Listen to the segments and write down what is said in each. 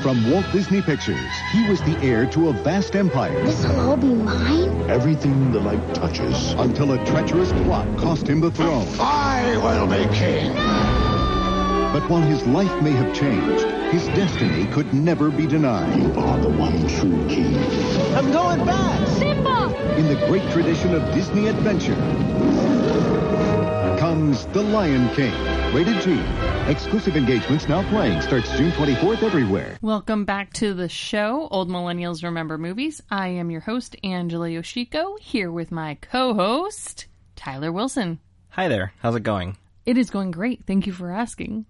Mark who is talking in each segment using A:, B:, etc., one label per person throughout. A: From Walt Disney Pictures, he was the heir to a vast empire
B: This'll all be mine?
C: Everything the light touches.
A: until a treacherous plot cost him the throne.
C: I will be king.
A: But while his life may have changed, his destiny could never be denied.
C: You are the one true king.
B: Simba!
A: In the great tradition of Disney adventure comes The Lion King, rated G. Exclusive engagements now playing starts June 24th everywhere.
D: Welcome back to the show, Old Millennials Remember Movies. I am your host, Angela Yoshiko, here with my co host, Tyler Wilson.
E: Hi there. How's it going?
D: It is going great. Thank you for asking.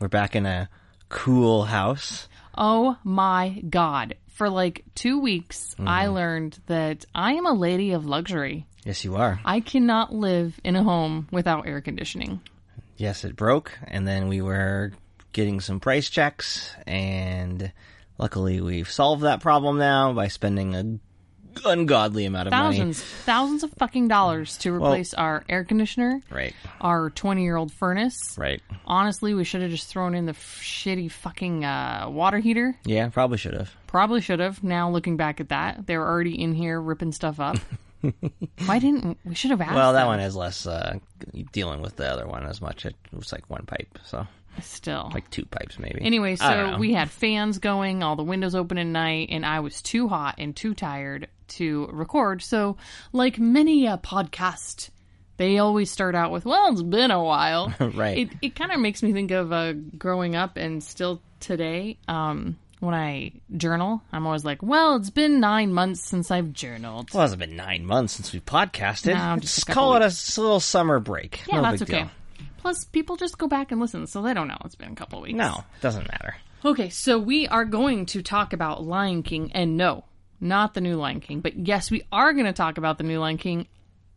E: We're back in a cool house.
D: Oh my God. For like two weeks, I learned that I am a lady of luxury.
E: Yes, you are.
D: I cannot live in a home without air conditioning.
E: Yes, it broke, and then we were getting some price checks, and luckily we've solved that problem now by spending a ungodly amount of
D: Thousands, thousands of fucking dollars to replace our air conditioner,
E: money. Right.
D: our 20 year old furnace.
E: Right.
D: Honestly, we should have just thrown in the f- shitty fucking uh, water heater.
E: Yeah, probably should have.
D: Probably should have. Now looking back at that, they were already in here ripping stuff up. Why didn't we? Should have asked.
E: Well, that
D: them.
E: one is less uh, dealing with the other one as much. It was like one pipe, so
D: still.
E: like two pipes maybe.
D: anyway,
E: I don't
D: so
E: know.
D: we had fans going, all the windows open at night, and I was too hot and too tired to record. So, like many a podcast, they always start out with, "Well, it's been a while."
E: Right.
D: It it kind of makes me think of uh, growing up and still today. Um, when I journal, I'm always like, "Well, it's been nine months since I've journaled."
E: Well, it's been nine months since we podcasted.
D: No,
E: Let's
D: just a couple
E: call it a s- little summer break.
D: yeah,
E: no
D: that's
E: big
D: okay.
E: Deal.
D: Plus, people just go back and listen, so they don't know it's been a couple of weeks.
E: No, it doesn't matter.
D: Okay, so we are going to talk about Lion King, and no, not the new Lion King, but yes, we are going to talk about the new Lion King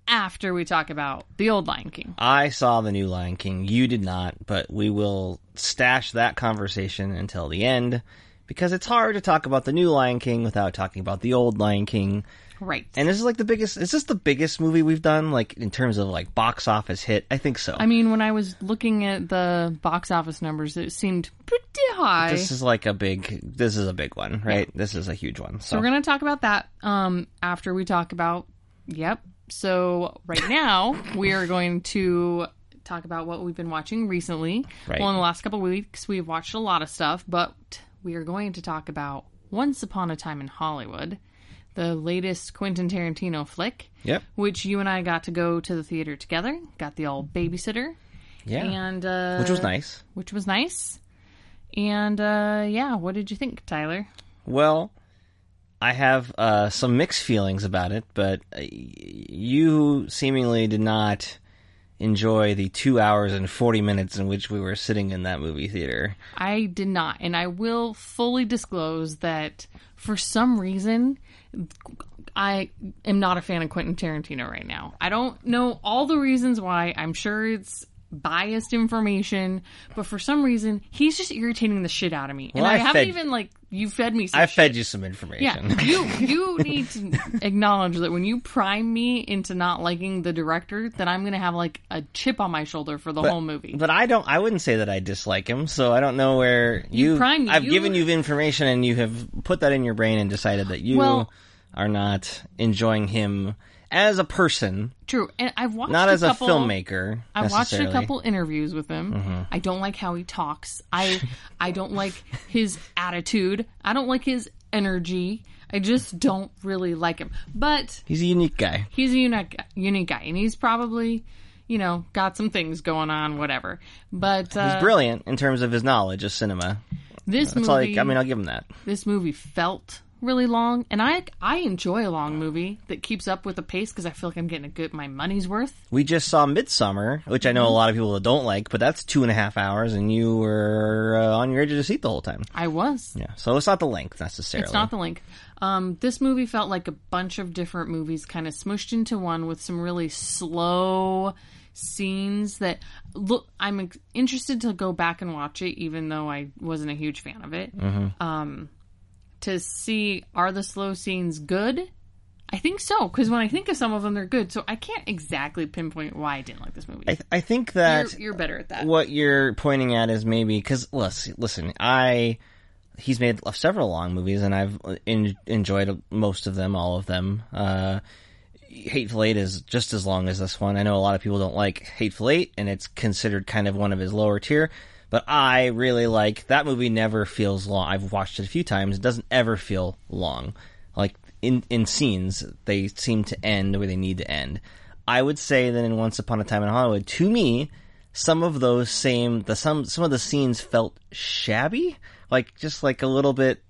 D: after we talk about the old Lion King.
E: I saw the new Lion King. You did not, but we will stash that conversation until the end because it's hard to talk about the new Lion King without talking about the old Lion King.
D: Right.
E: And this is like the biggest. Is this the biggest movie we've done, like in terms of like box office hit? I think so.
D: I mean, when I was looking at the box office numbers, it seemed pretty high.
E: this is like a big. This is a big one, right? This is a huge one. So,
D: So we're going to talk about that um, after we talk about. Yep. So right now we are going to talk about what we've been watching recently.
E: Right.
D: Well, in the last couple of weeks we've watched a lot of stuff, but we are going to talk about Once Upon a Time in Hollywood, the latest Quentin Tarantino flick.
E: Yep.
D: Which you and I got to go to the theater together. Got the old babysitter,
E: yeah,
D: and uh,
E: which was nice.
D: Which was nice. And uh, yeah, what did you think, Tyler?
E: Well, I have uh, some mixed feelings about it, but uh, y- you seemingly did not enjoy the two hours and 40 minutes in which we were sitting in that movie theater.
D: I did not, and I will fully disclose that for some reason, I am not a fan of Quentin Tarantino right now. I don't know all the reasons why. I'm sure it's biased information, but for some reason, he's just irritating the shit out of me. and
E: Well,
D: I,
E: I
D: haven't
E: fed-
D: even like you fed me. Some
E: I
D: shit.
E: fed you some information.
D: Yeah, you you need to acknowledge that when you prime me into not liking the director, that I'm gonna have like a chip on my shoulder for the whole movie.
E: But I don't. I wouldn't say that I dislike him. So I don't know where you.
D: primed-
E: I've
D: you-
E: given you information, and you have put that in your brain and decided that you
D: Well-
E: are not enjoying him as a person,
D: True, and I've watched
E: not
D: a
E: as a
D: couple-
E: filmmaker.
D: I watched a
E: necessarily. Mm-hmm.
D: couple interviews with him. I don't like how he talks. I I don't like his attitude. I don't like his energy. I just don't really like him. But
E: He's a unique guy.
D: he's a unique unique guy, and he's probably you know got some things going on, whatever. But uh,
E: He's brilliant in terms of his knowledge of cinema.
D: this
E: It's
D: movie,
E: like I mean, I'll give him that.
D: this movie felt really long, and I I enjoy a long movie that keeps up with the pace because I feel like I'm getting a good my money's worth.
E: We just saw Midsummer, which I know a
D: Mm-hmm.
E: lot of people don't like, but that's two and a half hours, and you were uh, on your edge of your seat the whole time.
D: I was.
E: Yeah, so it's not the length necessarily.
D: It's not the link. Um, this movie felt like a bunch of different movies kind of smushed into one with some really slow scenes that look I'm ex- interested to go back and watch it even though I wasn't a huge fan of it. Um,
E: Mm-hmm.
D: to see are the slow scenes good? I think so because when I think of some of them they're good. So I can't exactly pinpoint why I didn't like this movie.
E: I, th- I think that
D: you're, you're better at that.
E: what you're pointing at is maybe because listen, listen, I he's made several long movies, and I've en- enjoyed most of them, all of them. Uh, Hateful Eight is just as long as this one. I know a lot of people don't like Hateful Eight, and it's considered kind of one of his lower tier. But I really like that movie. Never feels long. I've watched it a few times. It doesn't ever feel long. Like in in scenes, they seem to end where they need to end. I would say that in Once Upon a Time in Hollywood, to me, some of those same the some some of the scenes felt shabby, like just like a little bit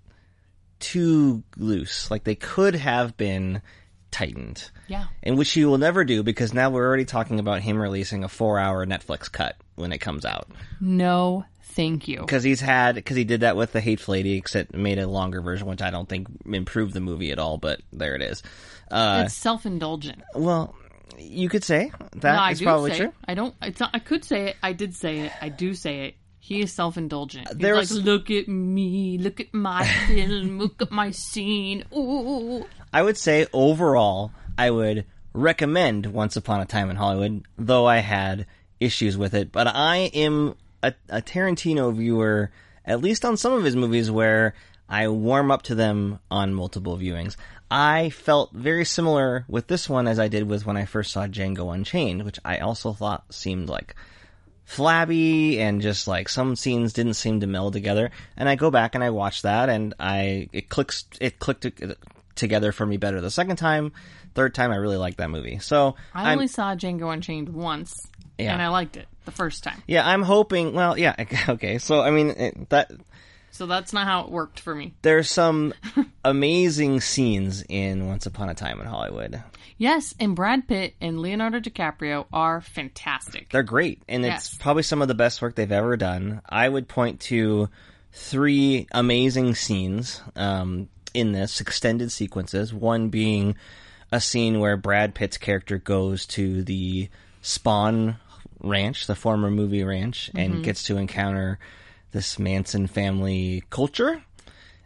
E: too loose. Like they could have been tightened.
D: Yeah.
E: And which he will never do because now we're already talking about him releasing a 4-hour Netflix cut when it comes out.
D: No, thank you.
E: Cuz he's had cuz he did that with The Hateful Eight except made a longer version which I don't think improved the movie at all, but there it is. Uh
D: It's self indulgent.
E: well, you could say
D: No,
E: that
D: I
E: is
D: do
E: probably
D: say
E: true.
D: It. I don't. It's not, I could say it. I did say it. I do say it. He is self indulgent. He's
E: There
D: like,
E: was-
D: look at me, look at my film, look at my scene. Ooh,
E: I would say overall, I would recommend Once Upon a Time in Hollywood, though I had issues with it. But I am a, a Tarantino viewer, at least on some of his movies, where I warm up to them on multiple viewings. I felt very similar with this one as I did with when I first saw Django Unchained, which I also thought seemed like flabby and just like some scenes didn't seem to meld together and i go back and i watch that and i it clicks it clicked t- together for me better the second time third time i really liked that movie so
D: I
E: i'm
D: only saw Django Unchained once,
E: Yeah.
D: and I liked it the first time.
E: yeah i'm hoping well yeah okay so i mean it, that
D: So that's not how it worked for me.
E: there's some amazing scenes in once upon a time in hollywood
D: Yes, and Brad Pitt and Leonardo DiCaprio are fantastic.
E: They're great, and it's
D: Yes.
E: probably some of the best work they've ever done. I would point to three amazing scenes um, in this extended sequences. One being a scene where Brad Pitt's character goes to the Spawn Ranch, the former movie ranch, and gets to encounter this Manson family culture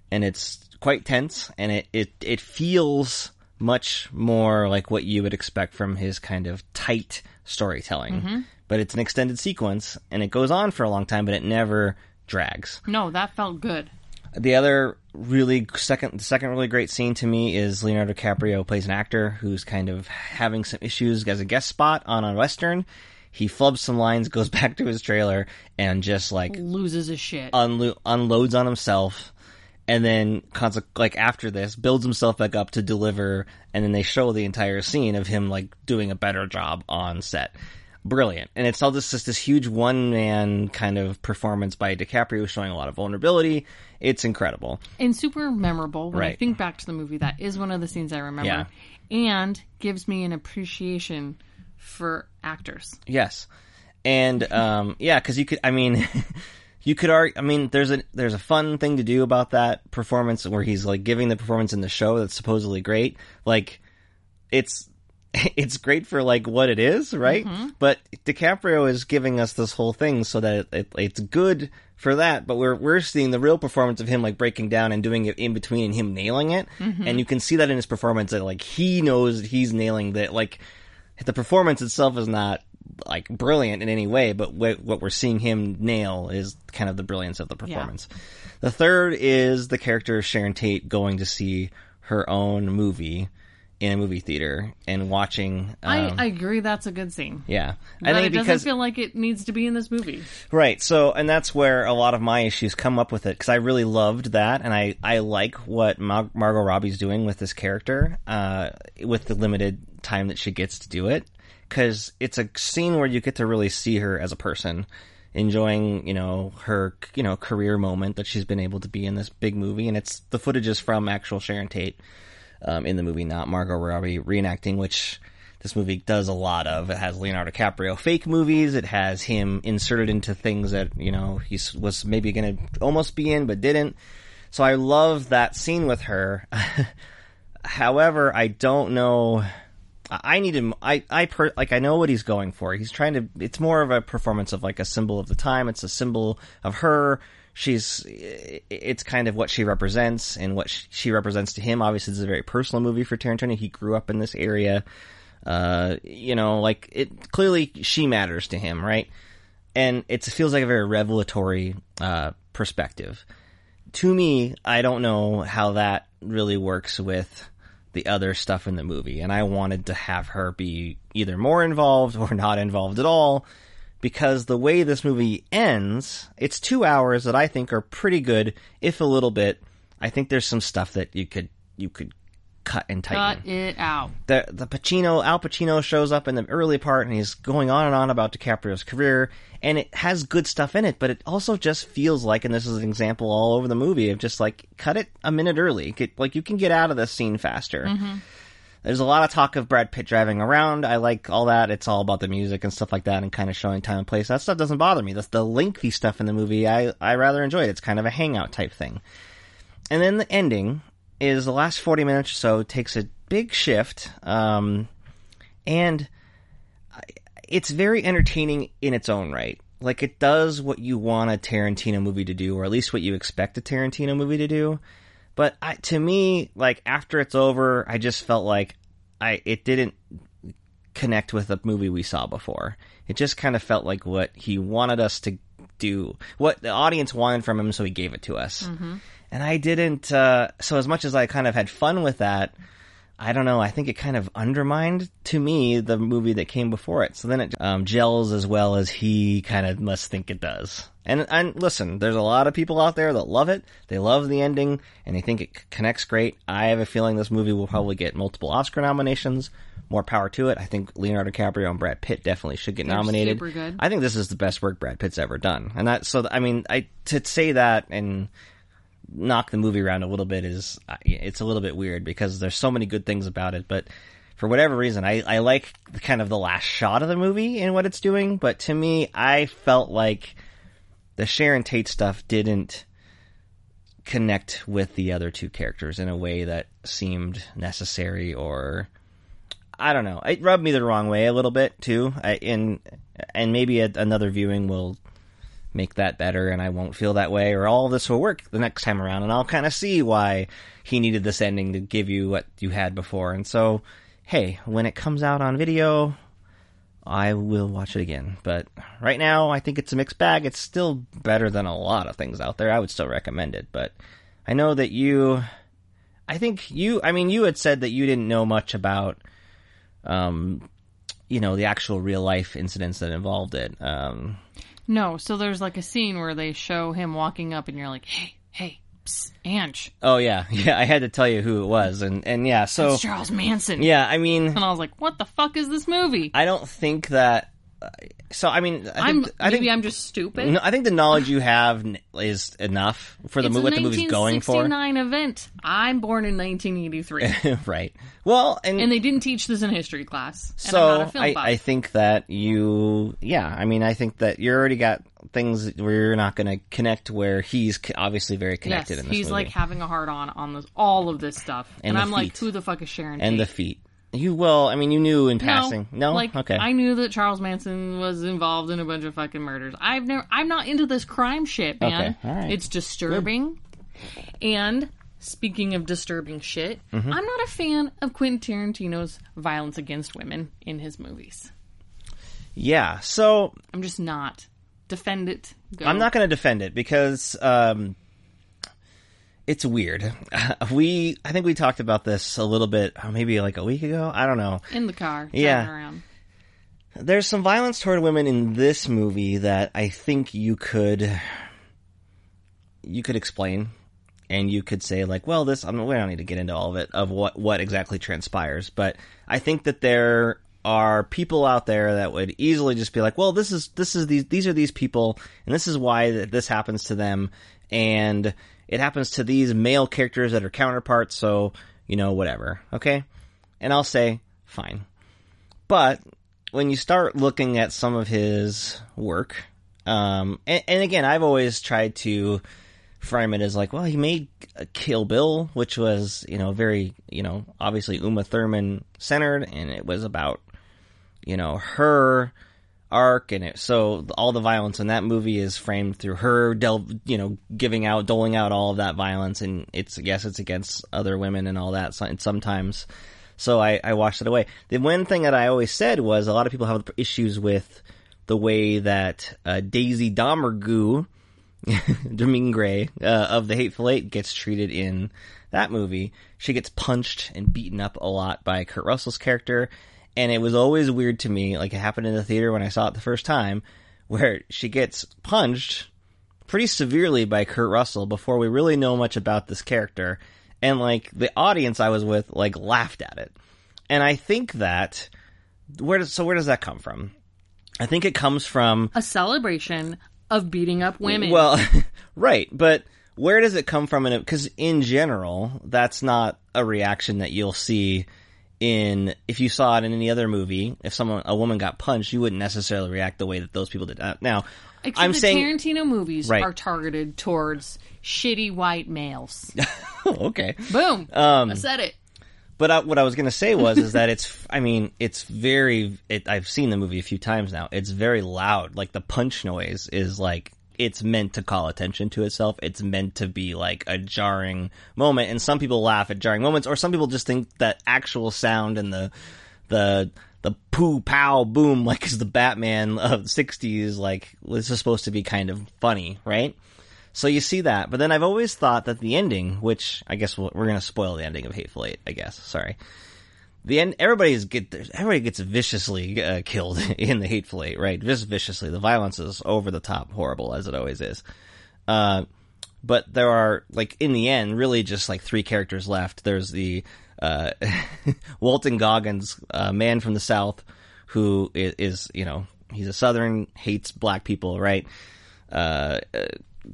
E: and it's quite tense and it, it, it feels much more like what you would expect from his kind of tight storytelling. But it's an extended sequence and it goes on for a long time, but it never drags.
D: no, that felt good.
E: The other really second the second really great scene to me is Leonardo DiCaprio plays an actor who's kind of having some issues as a guest spot on a western. He flubs some lines, goes back to his trailer, and just like
D: Loses his shit.
E: unlo- unloads on himself and then conse- like after this builds himself back up to deliver and then they show the entire scene of him like doing a better job on set brilliant and it's all this just this huge one man kind of performance by DiCaprio showing a lot of vulnerability it's incredible
D: and super memorable. When I
E: Right.
D: think back to the movie, that is one of the scenes I remember, and gives me an appreciation for actors.
E: Yes, and um, yeah, because you could. I mean, you could argue. I mean, there's a there's a fun thing to do about that performance where he's like giving the performance in the show that's supposedly great. Like, it's it's great for like what it is, right? But DiCaprio is giving us this whole thing so that it, it, it's good for that. But we're we're seeing the real performance of him like breaking down and doing it in between and him nailing it, and you can see that in his performance that like he knows that he's nailing that like the performance itself is not like brilliant in any way, but what, what we're seeing him nail is kind of the brilliance of the performance. The third is the character of Sharon Tate going to see her own movie in a movie theater and watching. Um,
D: I, I agree that's a good scene.
E: yeah, I
D: But
E: think
D: it doesn't
E: because
D: feel like it needs to be in this movie.
E: Right. So, and that's where a lot of my issues come up with it because I really loved that, and I I like what Mar- Margot Robbie's doing with this character, uh, with the limited time that she gets to do it, because it's a scene where you get to really see her as a person, enjoying you know her you know career moment that she's been able to be in this big movie, and it's the footage is from actual Sharon Tate um, in the movie, not Margot Robbie reenacting, which this movie does a lot of. It has Leonardo DiCaprio fake movies. It has him inserted into things that you know he s- was maybe going to almost be in but didn't. So I love that scene with her. However, I don't know. I I need him. I I per, like I know what he's going for. He's trying to. It's more of a performance of like a symbol of the time. It's a symbol of her. She's. It's kind of what she represents and what sh- she represents to him. Obviously, this is a very personal movie for Tarantino. He grew up in this area. Uh, you know, like it clearly she matters to him, right? And it's- it feels like a very revelatory uh, perspective to me, I don't know how that really works with the other stuff in the movie. And I wanted to have her be either more involved or not involved at all because the way this movie ends, it's two hours that I think are pretty good, if a little bit. I think there's some stuff that you could, you could cut and tighten
D: Cut it out.
E: the the Pacino Al Pacino shows up in the early part and he's going on and on about DiCaprio's career and it has good stuff in it, but it also just feels like and this is an example all over the movie of just like cut it a minute early. Get, like you can get out of this scene faster. There's a lot of talk of Brad Pitt driving around. I like all that. It's all about the music and stuff like that and kind of showing time and place. That stuff doesn't bother me. That's the lengthy stuff in the movie. I, I rather enjoy it. It's kind of a hangout type thing. And then the ending is the last 40 minutes or so takes a big shift. Um, and I- it's very entertaining in its own right. Like it does what you want a Tarantino movie to do, or at least what you expect a Tarantino movie to do. But I, to me, like after it's over, I just felt like I it didn't connect with the movie we saw before. It just kind of felt like what he wanted us to do, what the audience wanted from him, so he gave it to us. And I didn't. Uh, so as much as I kind of had fun with that, I don't know. I think it kind of undermined to me the movie that came before it. So then it um, gels as well as he kind of must think it does. And and listen, there's a lot of people out there that love it. They love the ending and they think it c- connects great. I have a feeling this movie will probably get multiple Oscar nominations. More power to it. I think Leonardo DiCaprio and Brad Pitt definitely should get nominated.
D: super good.
E: I think this is the best work Brad Pitt's ever done. And that so I mean, I to say that and knock the movie around a little bit is I- it's a little bit weird because there's so many good things about it but for whatever reason I, I like the kind of the last shot of the movie and what it's doing but to me i felt like the sharon tate stuff didn't connect with the other two characters in a way that seemed necessary or I don't know. It rubbed me the wrong way a little bit too. I, and and maybe a, another viewing will make that better, and I won't feel that way, or all this will work the next time around, and I'll kind of see why he needed this ending to give you what you had before. And so, hey, when it comes out on video, I will watch it again. But right now, I think it's a mixed bag. It's still better than a lot of things out there. I would still recommend it, but I know that you. I think you. I mean, you had said that you didn't know much about um, you know, the actual real life incidents that involved it. Um,
D: No, so there's like a scene where they show him walking up, and you're like, hey, hey, psst, Ange,
E: oh yeah, yeah, I had to tell you who it was, and and yeah, so
D: it's Charles Manson.
E: Oh. yeah, I mean,
D: And I was like, what the fuck is this movie?
E: I don't think that. uh, So I mean, I
D: I'm
E: think, I
D: maybe
E: think
D: I'm just stupid.
E: no, I think the knowledge you have n- is enough for the
D: it's
E: movie.
D: a
E: What the movie's going for,
D: 1969 event. I'm born in 1983,
E: right? Well, and
D: and they didn't teach this in history class. And I'm not
E: so
D: a film
E: I,
D: buff.
E: I think that you yeah i mean i think that you already got things where you're not going to connect where he's c- obviously very
D: yes,
E: connected in this
D: he's
E: movie.
D: like having a hard on on this, all of this stuff,
E: And
D: and,
E: the
D: I'm like,
E: feet.
D: who the fuck is Sharon?
E: and the
D: Tate?
E: feet. You well, I mean, you knew in passing. No,
D: like
E: okay.
D: I knew that Charles Manson was involved in a bunch of fucking murders. I've never, I'm not into this crime shit, man.
E: all right.
D: It's disturbing. And speaking of disturbing shit,
E: Mm-hmm.
D: I'm not a fan of Quentin Tarantino's violence against women in his movies.
E: yeah, so
D: I'm just not. Defend it. Go.
E: I'm not going to defend it because um, it's weird. we, I think we talked about this a little bit, uh, maybe like a week ago. I don't know.
D: in the car.
E: Yeah.
D: driving around.
E: There's some violence toward women in this movie that I think you could you could explain and you could say like, well, this I mean, we don't need to get into all of it of what what exactly transpires, but I think that there are people out there that would easily just be like, well, this is this is these these are these people, and this is why that this happens to them, and it happens to these male characters that are counterparts, so you know whatever, okay, and I'll say fine, but when you start looking at some of his work, um, and, and again, I've always tried to frame it as like, well, he made uh, Kill Bill, which was, you know, very, you know, obviously Uma Thurman centered, and it was about, you know, her arc, and it, so all the violence in that movie is framed through her, del- you know, giving out, doling out all of that violence, and it's, yes, it's against other women and all that, so- and sometimes, so I, I washed it away. The one thing that I always said was a lot of people have issues with the way that uh, Daisy Domergue Dermine Gray uh, of the Hateful Eight gets treated in that movie. She gets punched and beaten up a lot by Kurt Russell's character, and it was always weird to me. Like it happened in the theater when I saw it the first time, where she gets punched pretty severely by Kurt Russell before we really know much about this character, and like the audience I was with like laughed at it, and I think that where does so where does that come from? I think it comes from
D: A celebration of beating up women.
E: well, right, but where does it come from? Because in general, that's not a reaction that you'll see in if you saw it in any other movie. If someone a woman got punched, you wouldn't necessarily react the way that those people did. Uh, now,
D: Except
E: I'm
D: the
E: saying,
D: Tarantino movies
E: Right.
D: are targeted towards shitty white males.
E: oh, okay,
D: Boom.
E: Um,
D: I said it.
E: But I, what I was going to say was is that it's I mean it's very it, I've seen the movie a few times now. It's very loud. Like the punch noise is like it's meant to call attention to itself. It's meant to be like a jarring moment and some people laugh at jarring moments or some people just think that actual sound and the the the poo pow boom like is the Batman of the 60s like this is supposed to be kind of funny, right? So you see that, but then I've always thought that the ending, which I guess we'll, we're going to spoil the ending of Hateful Eight, I guess. Sorry. The end. Everybody's get everybody gets viciously uh, killed in the Hateful Eight, right? Just viciously. The violence is over the top, horrible as it always is. Uh, but there are like in the end, really just like three characters left. There's the uh, Walton Goggins, uh, man from the South, who is, is you know he's a Southern, hates black people, right? uh,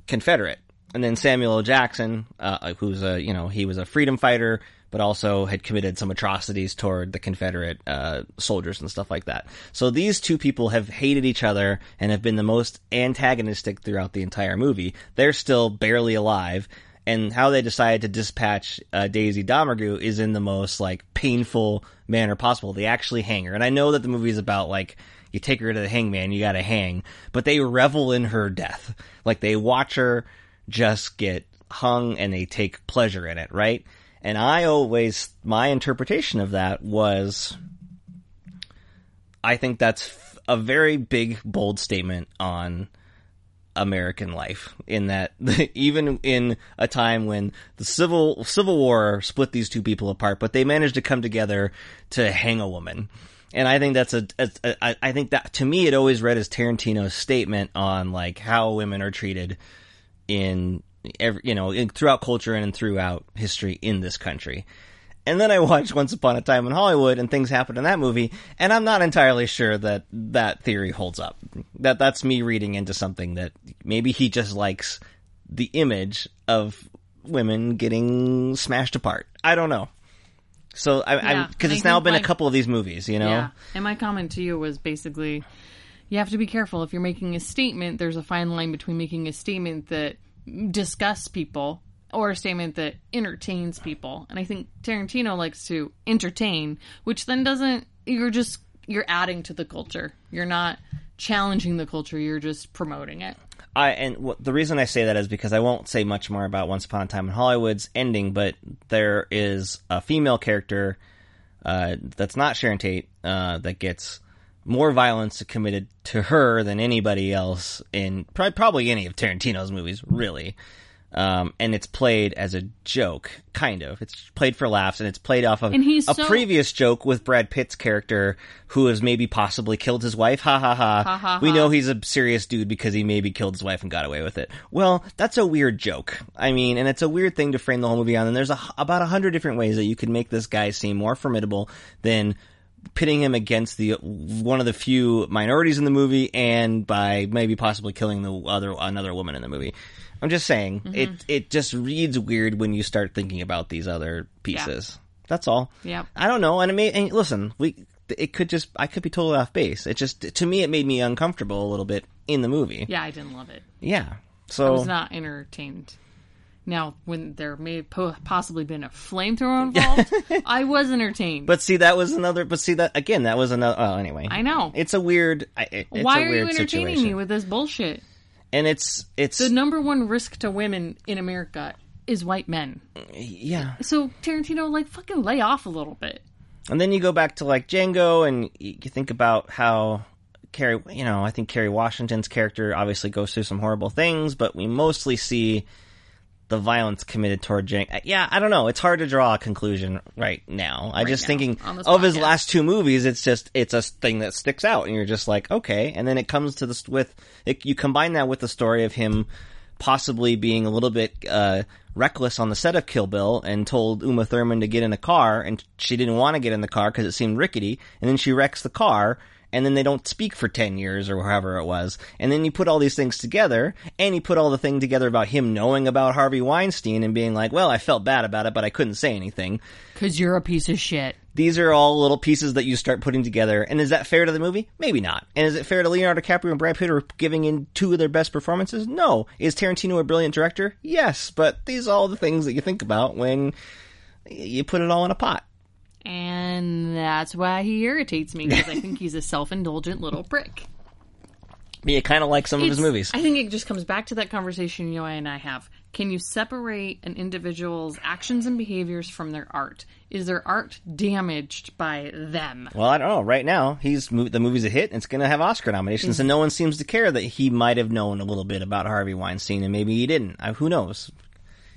E: Confederate, and then Samuel L. Jackson, uh, who's a you know he was a freedom fighter, but also had committed some atrocities toward the Confederate uh, soldiers and stuff like that. So these two people have hated each other and have been the most antagonistic throughout the entire movie. They're still barely alive. And how they decide to dispatch uh, Daisy Domergue is in the most like painful manner possible. They actually hang her, and I know that the movie is about like you take her to the hangman, you gotta hang. But they revel in her death. Like they watch her just get hung and they take pleasure in it, right? And I always, my interpretation of that was, I think that's f- a very big, bold statement on American life in that even in a time when the civil civil war split these two people apart, but they managed to come together to hang a woman. And I think that's a, a, a I I think that to me it always read as Tarantino's statement on like how women are treated in every, you know in, throughout culture and throughout history in this country. And then I watched Once Upon a Time in Hollywood, and things happened in that movie, and I'm not entirely sure that that theory holds up. That that's me reading into something that maybe he just likes the image of women getting smashed apart. I don't know. So I,
D: Yeah,
E: I'm because
D: I
E: it's now
D: think
E: been
D: my-
E: a couple of these movies, you know.
D: Yeah. And my comment to you was basically you have to be careful if you're making a statement, there's a fine line between making a statement that disgusts people or a statement that entertains people. And I think Tarantino likes to entertain, which then doesn't you're just you're adding to the culture. You're not challenging the culture, you're just promoting it.
E: I and what, the reason I say that is because I won't say much more about Once Upon a Time in Hollywood's ending, but there is a female character uh, that's not Sharon Tate uh, that gets more violence committed to her than anybody else in prob- probably any of Tarantino's movies, really. Um, and it's played as a joke, kind of. It's played for laughs, and it's played off of
D: And he's
E: a
D: so-
E: previous joke with Brad Pitt's character, who has maybe possibly killed his wife. Ha ha ha!
D: Ha, ha,
E: We
D: ha.
E: know he's a serious dude because he maybe killed his wife and got away with it. Well, that's a weird joke. I mean, and it's a weird thing to frame the whole movie on. And there's a, about a hundred different ways that you could make this guy seem more formidable than pitting him against the one of the few minorities in the movie, and by maybe possibly killing the other another woman in the movie. I'm just saying, it it just reads weird when you start thinking about these other pieces. That's all.
D: Yep.
E: I don't know, and it may and listen. We it could just I could be totally off base. It just to me it made me uncomfortable a little bit in the movie.
D: Yeah, I didn't love it.
E: Yeah.
D: I
E: So
D: was not entertained. Now, when there may have po- possibly been a flamethrower involved, I was entertained.
E: but see that was another but see that again that was another oh anyway.
D: I know.
E: It's a weird I- it, it's
D: Why
E: a
D: are
E: weird
D: you entertaining
E: situation.
D: me with this bullshit?
E: and it's it's
D: The number one risk to women in America is white men.
E: yeah.
D: So Tarantino, like, fucking lay off a little bit.
E: And then you go back to like Django and y- you think about how Carrie, you know, I think Carrie Washington's character obviously goes through some horrible things, but we mostly see the violence committed toward Jake. Yeah, I don't know. It's hard to draw a conclusion right now. I'm just
D: now,
E: thinking
D: on the
E: of his
D: podcast.
E: last two movies. It's just it's a thing that sticks out, and you're just like, okay. And then it comes to this with it, you combine that with the story of him possibly being a little bit uh, reckless on the set of Kill Bill and told Uma Thurman to get in a car, and she didn't want to get in the car because it seemed rickety, and then she wrecks the car. And then they don't speak for 10 years or however it was. And then you put all these things together, and you put all the thing together about him knowing about Harvey Weinstein and being like, well, I felt bad about it, but I couldn't say anything.
D: Cause you're a piece of shit.
E: These are all little pieces that you start putting together. And is that fair to the movie? Maybe not. And is it fair to Leonardo DiCaprio and Brad Pitt are giving in two of their best performances? No. Is Tarantino a brilliant director? Yes. But these are all the things that you think about when you put it all in a pot.
D: And that's why he irritates me because I think he's a self-indulgent little prick.
E: But you kind of like some of his
D: It's-
E: movies.
D: I think it just comes back to that conversation you and I have. Can you separate an individual's actions and behaviors from their art? Is their art damaged by them?
E: well, I don't know. Right now, he's mo- the movie's a hit, and it's going to have Oscar nominations, and no one seems to care that he might have known a little bit about Harvey Weinstein, and maybe he didn't. I, who knows?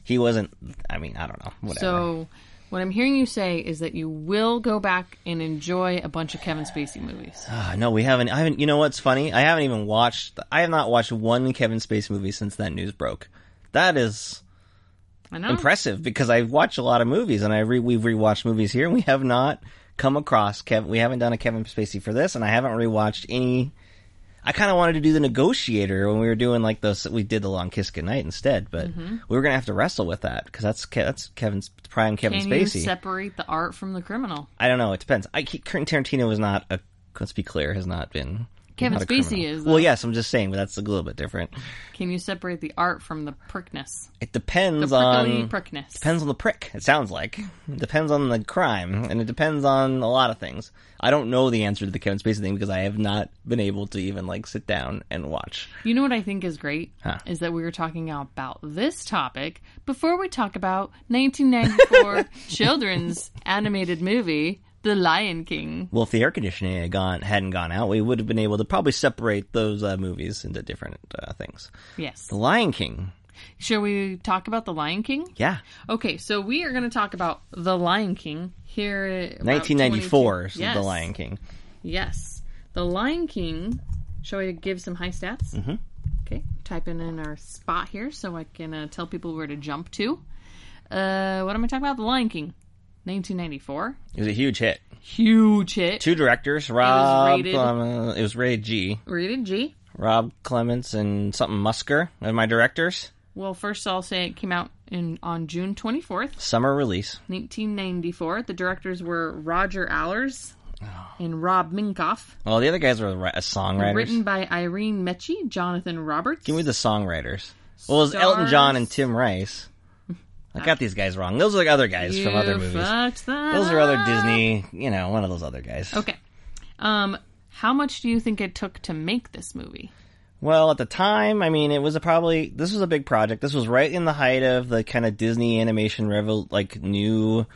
E: He wasn't. I mean, I don't know. Whatever.
D: So, what I'm hearing you say is that you will go back and enjoy a bunch of Kevin Spacey movies.
E: Ah, no, we haven't. I haven't. You know what's funny? I haven't even watched. I have not watched one Kevin Spacey movie since that news broke. That is
D: I know.
E: impressive because I watch a lot of movies and I re, we've rewatched movies here and we have not come across Kevin. We haven't done a Kevin Spacey for this, and I haven't rewatched any. I kind of wanted to do the Negotiator when we were doing like those. We did the Long Kiss Goodnight instead, but
D: Mm-hmm.
E: we were gonna have to wrestle with that because that's Ke- that's Kevin's prime Kevin
D: Can you
E: Spacey.
D: separate the art from the criminal?
E: I don't know. It depends. I keep, Quentin Tarantino is not a. Let's be clear, has not been.
D: Kevin
E: not a
D: Spacey
E: criminal.
D: is, though.
E: Well, yes, I'm just saying, but that's a little bit different.
D: Can you separate the art from the prickness?
E: It depends
D: The prickly
E: on
D: prickness.
E: depends on the prick. It sounds like it depends on the crime, and it depends on a lot of things. I don't know the answer to the Kevin Spacey thing because I have not been able to even like sit down and watch.
D: You know what I think is great is that we were talking about this topic before we talk about 1994 children's animated movie The Lion King.
E: Well, if the air conditioning had gone hadn't gone out, we would have been able to probably separate those uh, movies into different uh, things.
D: Yes.
E: The Lion King,
D: Shall we talk about The Lion King?
E: yeah,
D: Okay, so we are going to talk about The Lion King here. at about
E: 1994
D: 22
E: is The Lion King.
D: Yes. The Lion King. Shall we give some high stats? Mm-hmm. Okay. Typing in our spot here so I can uh, tell people where to jump to. Uh, what am I talking about? The Lion King. 1994.
E: It was a huge hit.
D: Huge hit.
E: two directors, Rob.
D: rated-
E: Clem- uh, it was rated G.
D: Rated G.
E: Rob Clements and something Musker are my directors.
D: Well, first I'll say it came out in on June 24th,
E: Summer release.
D: 1994. The directors were Roger Allers
E: Oh.
D: and Rob Minkoff.
E: Well, the other guys were ri- songwriters.
D: Written by Irene Mechie, Jonathan Roberts.
E: Give me the songwriters. Well, it was
D: Stars.
E: Elton John and Tim Rice. I got these guys wrong. Those are like other guys from other
D: You
E: movies.
D: fucked that
E: Those are other
D: up.
E: Disney, you know, one of those other guys.
D: Okay. Um, how much do you think it took to make this movie?
E: Well, at the time, I mean, it was a probably this was a big project. This was right in the height of the kind of Disney animation revol like new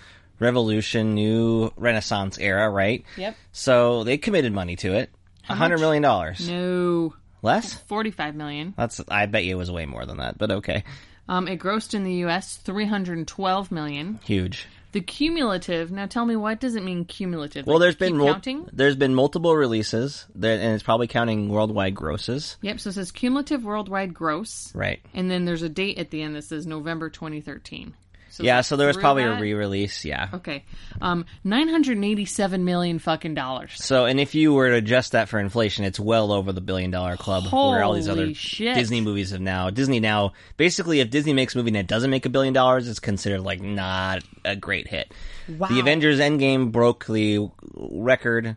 E: revolution, new renaissance era, right?
D: Yep.
E: So they committed money to it. A hundred million dollars
D: No,
E: less.
D: forty-five million.
E: That's I bet you it was way more than that, but okay,
D: Um, it grossed in the U.S. three hundred twelve million.
E: huge.
D: The cumulative. Now, tell me, what does it mean cumulative?
E: Well,
D: Like,
E: there's
D: keep
E: been mul-
D: counting.
E: there's been multiple releases, there, and it's probably counting worldwide grosses,
D: Yep. So it says cumulative worldwide gross,
E: right?
D: and then there's a date at the end that says November twenty thirteen. So
E: yeah,
D: like,
E: so there was
D: through
E: probably
D: that-
E: a re-release, yeah.
D: Okay, um, nine hundred eighty-seven million fucking dollars.
E: So, and if you were to adjust that for inflation, it's well over the billion dollar club where all these
D: Holy
E: other
D: shit.
E: Disney movies have now. Disney now, basically, if Disney makes a movie and it doesn't make a billion dollars, it's considered like not a great hit.
D: Wow.
E: The Avengers Endgame broke the record,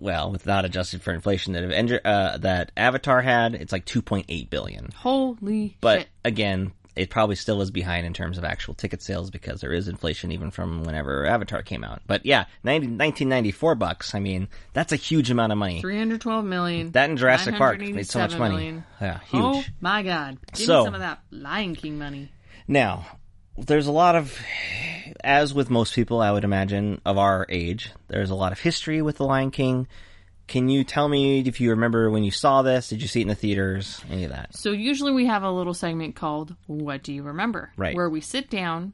E: well, with not adjusted for inflation that Avenger, uh, that Avatar had. It's like 2.8 billion.
D: Holy
E: But
D: shit!
E: again, it probably still is behind in terms of actual ticket sales because there is inflation even from whenever Avatar came out. But yeah, 90, 1994 bucks. I mean, that's a huge amount of money.
D: Three hundred twelve million.
E: That and Jurassic Park made so much
D: 987
E: money.
D: million.
E: Yeah, huge.
D: Oh my god! Give
E: So-
D: me some of that Lion King money.
E: Now, there's a lot of, as with most people, I would imagine, of our age, there's a lot of history with The Lion King. Can you tell me if you remember when you saw this? Did you see it in the theaters? Any of that?
D: So usually we have a little segment called "What Do You Remember?"
E: Right.
D: where we sit down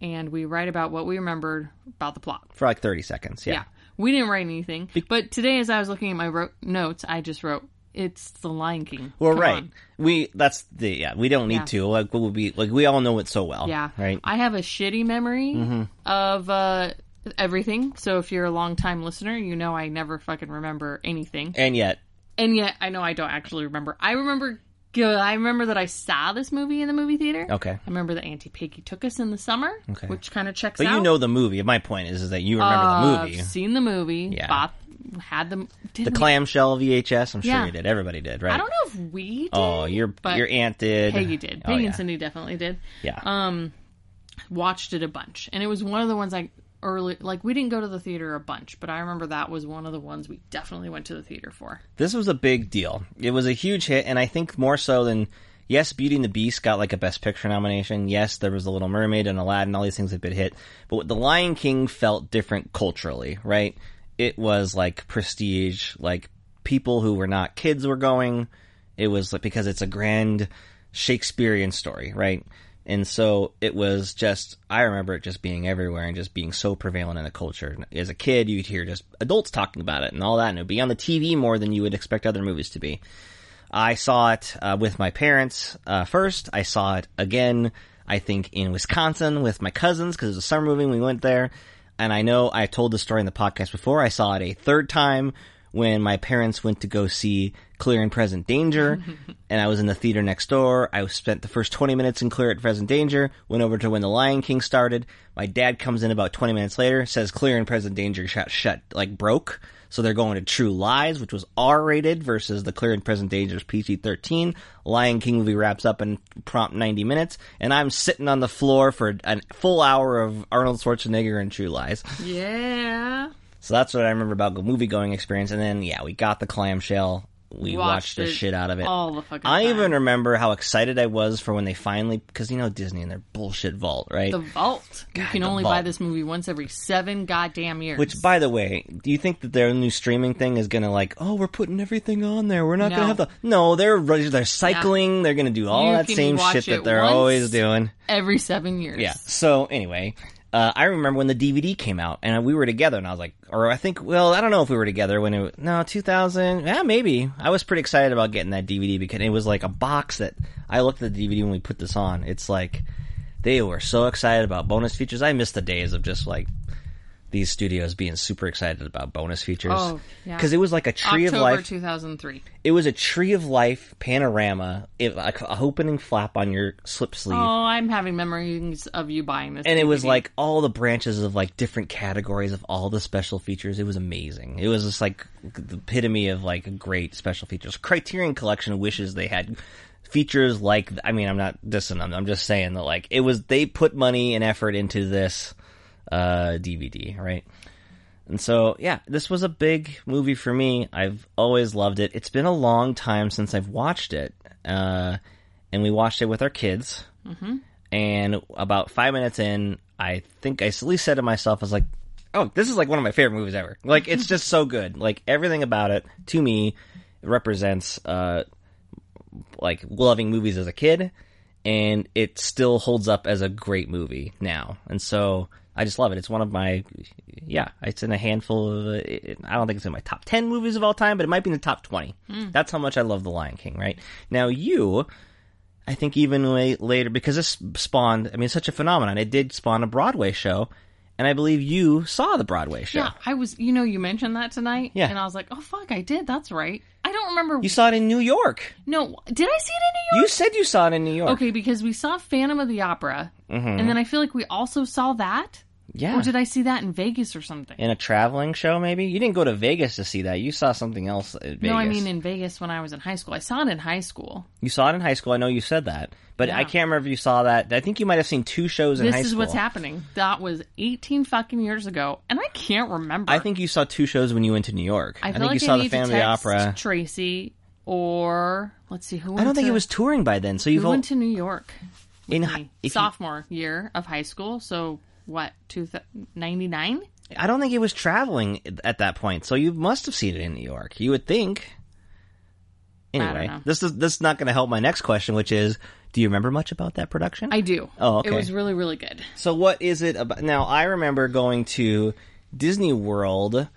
D: and we write about what we remembered about the plot.
E: For like 30 seconds. Yeah.
D: Yeah, we didn't write anything, but today as I was looking at my ro- notes, I just wrote, "It's The Lion King."
E: Well,
D: Come
E: right.
D: on.
E: We that's the yeah. We don't need
D: Yeah.
E: to like we'll be like we all know it so well.
D: Yeah.
E: Right. Mm-hmm.
D: I have a shitty memory of uh, everything. So if you're a long time listener, you know I never fucking remember anything.
E: and yet,
D: And yet I know I don't actually remember. I remember g- I remember that I saw this movie in the movie theater.
E: okay.
D: I remember that Auntie Piggy took us in the summer,
E: Okay.
D: which kind of checks
E: But
D: out.
E: you know the movie. My point is, is that you remember
D: Uh,
E: the movie.
D: I've seen the movie.
E: Yeah.
D: Bought, had the did
E: The
D: we-
E: clamshell VHS. I'm sure
D: Yeah.
E: you did. Everybody did, right?
D: I don't know if we did.
E: Oh, your
D: but
E: your aunt did.
D: Peggy did. Peggy
E: Oh, yeah.
D: and Um, Cindy definitely did.
E: Yeah.
D: watched it a bunch and it was one of the ones i early like we didn't go to the theater a bunch but i remember that was one of the ones we definitely went to the theater for
E: this was a big deal. It was a huge hit, and I think more so than yes, Beauty and the Beast got like a Best Picture nomination. Yes, there was The Little Mermaid and Aladdin. All these things have been hit, but what The Lion King felt different culturally, right? It was like prestige, like people who were not kids were going. It was like because it's a grand Shakespearean story, right? And so it was just, I remember it just being everywhere and just being so prevalent in the culture. As a kid, you'd hear just adults talking about it and all that, and it would be on the TV more than you would expect other movies to be. I saw it uh, with my parents uh, first. I saw it again, I think, in Wisconsin with my cousins because it was a summer movie. and We went there, and I know I told the story in the podcast before. I saw it a third time when my parents went to go see Clear and Present Danger, and I was in the theater next door. I spent the first twenty minutes in Clear and Present Danger. Went over to when The Lion King started. My dad comes in about twenty minutes later, says Clear and Present Danger shut shut like broke. So they're going to True Lies, which was R rated, versus the Clear and Present Danger's PG 13. Lion King movie wraps up in prompt 90 minutes, and I'm sitting on the floor for a full hour of Arnold Schwarzenegger and True Lies.
D: yeah
E: So that's what I remember about the movie going experience. And then, yeah, we got the clamshell. We watched,
D: Watched
E: the
D: it
E: shit out of it.
D: all the fucking
E: I
D: time.
E: even remember how excited I was for when they finally, because you know Disney and their bullshit vault, right?
D: the vault you can
E: the
D: only buy
E: vault.
D: this movie once every seven goddamn years
E: Which, by the way, do you think that their new streaming thing is going to like? Oh, we're putting everything on there. We're not going
D: No.
E: to have the no. They're ru- they're cycling. They're going to do all
D: You
E: that
D: can
E: same
D: watch
E: shit that
D: it
E: they're
D: once.
E: always doing.
D: every seven years
E: Yeah. So anyway, uh, I remember when the DVD came out, and we were together, and I was like, or I think, well, I don't know if we were together when it was, no, 2000, yeah, maybe. I was pretty excited about getting that DVD because it was like a box that I looked at the DVD when we put this on. It's like they were so excited about bonus features. I miss the days of just like these studios being super excited about bonus features
D: Oh, yeah.
E: it was like a tree
D: october
E: of life
D: 2003
E: it was a tree of life panorama it, like a opening flap on your slip sleeve
D: oh i'm having memories of you buying this
E: and it was
D: DVD.
E: like all the branches of like different categories of all the special features. It was amazing. It was just like the epitome of like great special features. Criterion Collection wishes they had features like I mean I'm not dissing them. I'm just saying that like it was they put money and effort into this uh, DVD, right? And so yeah, this was a big movie for me. I've always loved it. It's been a long time since I've watched it, uh, and we watched it with our kids and about five minutes in, I think I at least said to myself, I was like, oh, this is like one of my favorite movies ever. Like, it's just so good. Like, everything about it, to me, represents, uh, like, loving movies as a kid, and it still holds up as a great movie now. And so, I just love it. It's one of my, yeah, it's in a handful of, uh, it, I don't think it's in my top 10 movies of all time, but it might be in the top 20.
D: Hmm.
E: That's how much I love The Lion King, right? Now, you, I think even way later because this spawned. I mean, it's such a phenomenon. It did spawn a Broadway show, and I believe you saw the Broadway show.
D: yeah i was you know you mentioned that tonight
E: Yeah.
D: and i was like oh fuck i did that's right i don't remember
E: You saw it in New York.
D: no did i see it in new york
E: You said you saw it in New York.
D: Okay, because we saw Phantom of the Opera, and then I feel like we also saw that.
E: Mm-hmm. Yeah.
D: Or did I see that in Vegas or something?
E: in a traveling show, maybe you didn't go to Vegas to see that. You saw something else at Vegas.
D: No, I mean in Vegas when I was in high school. I saw it in high school.
E: you saw it in high school. I know you said that, but I
D: Yeah.
E: can't remember if you saw that. I think you might have seen two shows in
D: This
E: high
D: is
E: school.
D: what's happening. That was 18 fucking years ago, and I can't remember.
E: I think you saw two shows when you went to New York.
D: I, feel
E: think
D: like
E: you saw
D: I
E: the
D: need to
E: Family
D: text
E: Opera.
D: Tracy, or let's see who.
E: I don't think it was touring by then. So you've
D: Who went to New York?
E: in
D: Me.
E: hi- if you-
D: Sophomore year of high school. So what? Two ninety nine.
E: I don't think he was traveling at that point, so you must have seen it in New York. You would think.
D: don't
E: Anyway,
D: know.
E: this is this is not going to help my next question, which is, do you remember much about that production?
D: I do.
E: Oh, okay.
D: It was really, really good.
E: So what is it about? Now I remember going to Disney World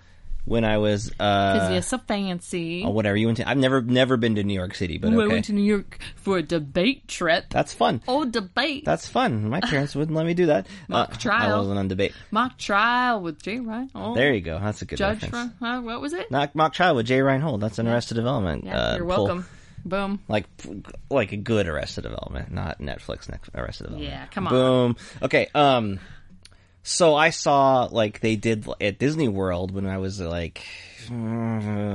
E: when I was
D: Because
E: uh
D: you're so fancy.
E: oh, whatever you went to. I've never never been to New York City, but
D: Ooh, I
E: okay,
D: went to New York for a debate trip.
E: that's fun.
D: oh, debate.
E: That's fun. My parents wouldn't let me do that. Uh,
D: Mock
E: I
D: trial.
E: wasn't on debate.
D: Mock trial with Jay Ryan. Oh,
E: There you go. That's a good
D: Judge
E: reference.
D: from, huh, what was it?
E: Knock mock trial with Jay Reinhold. That's an Arrested Development.
D: yeah,
E: uh,
D: you're
E: pull.
D: welcome. Boom.
E: Like, like a good Arrested Development, not Netflix next Arrested Development.
D: Yeah, come on.
E: Boom. Okay. Um. So I saw like they did at Disney World when I was like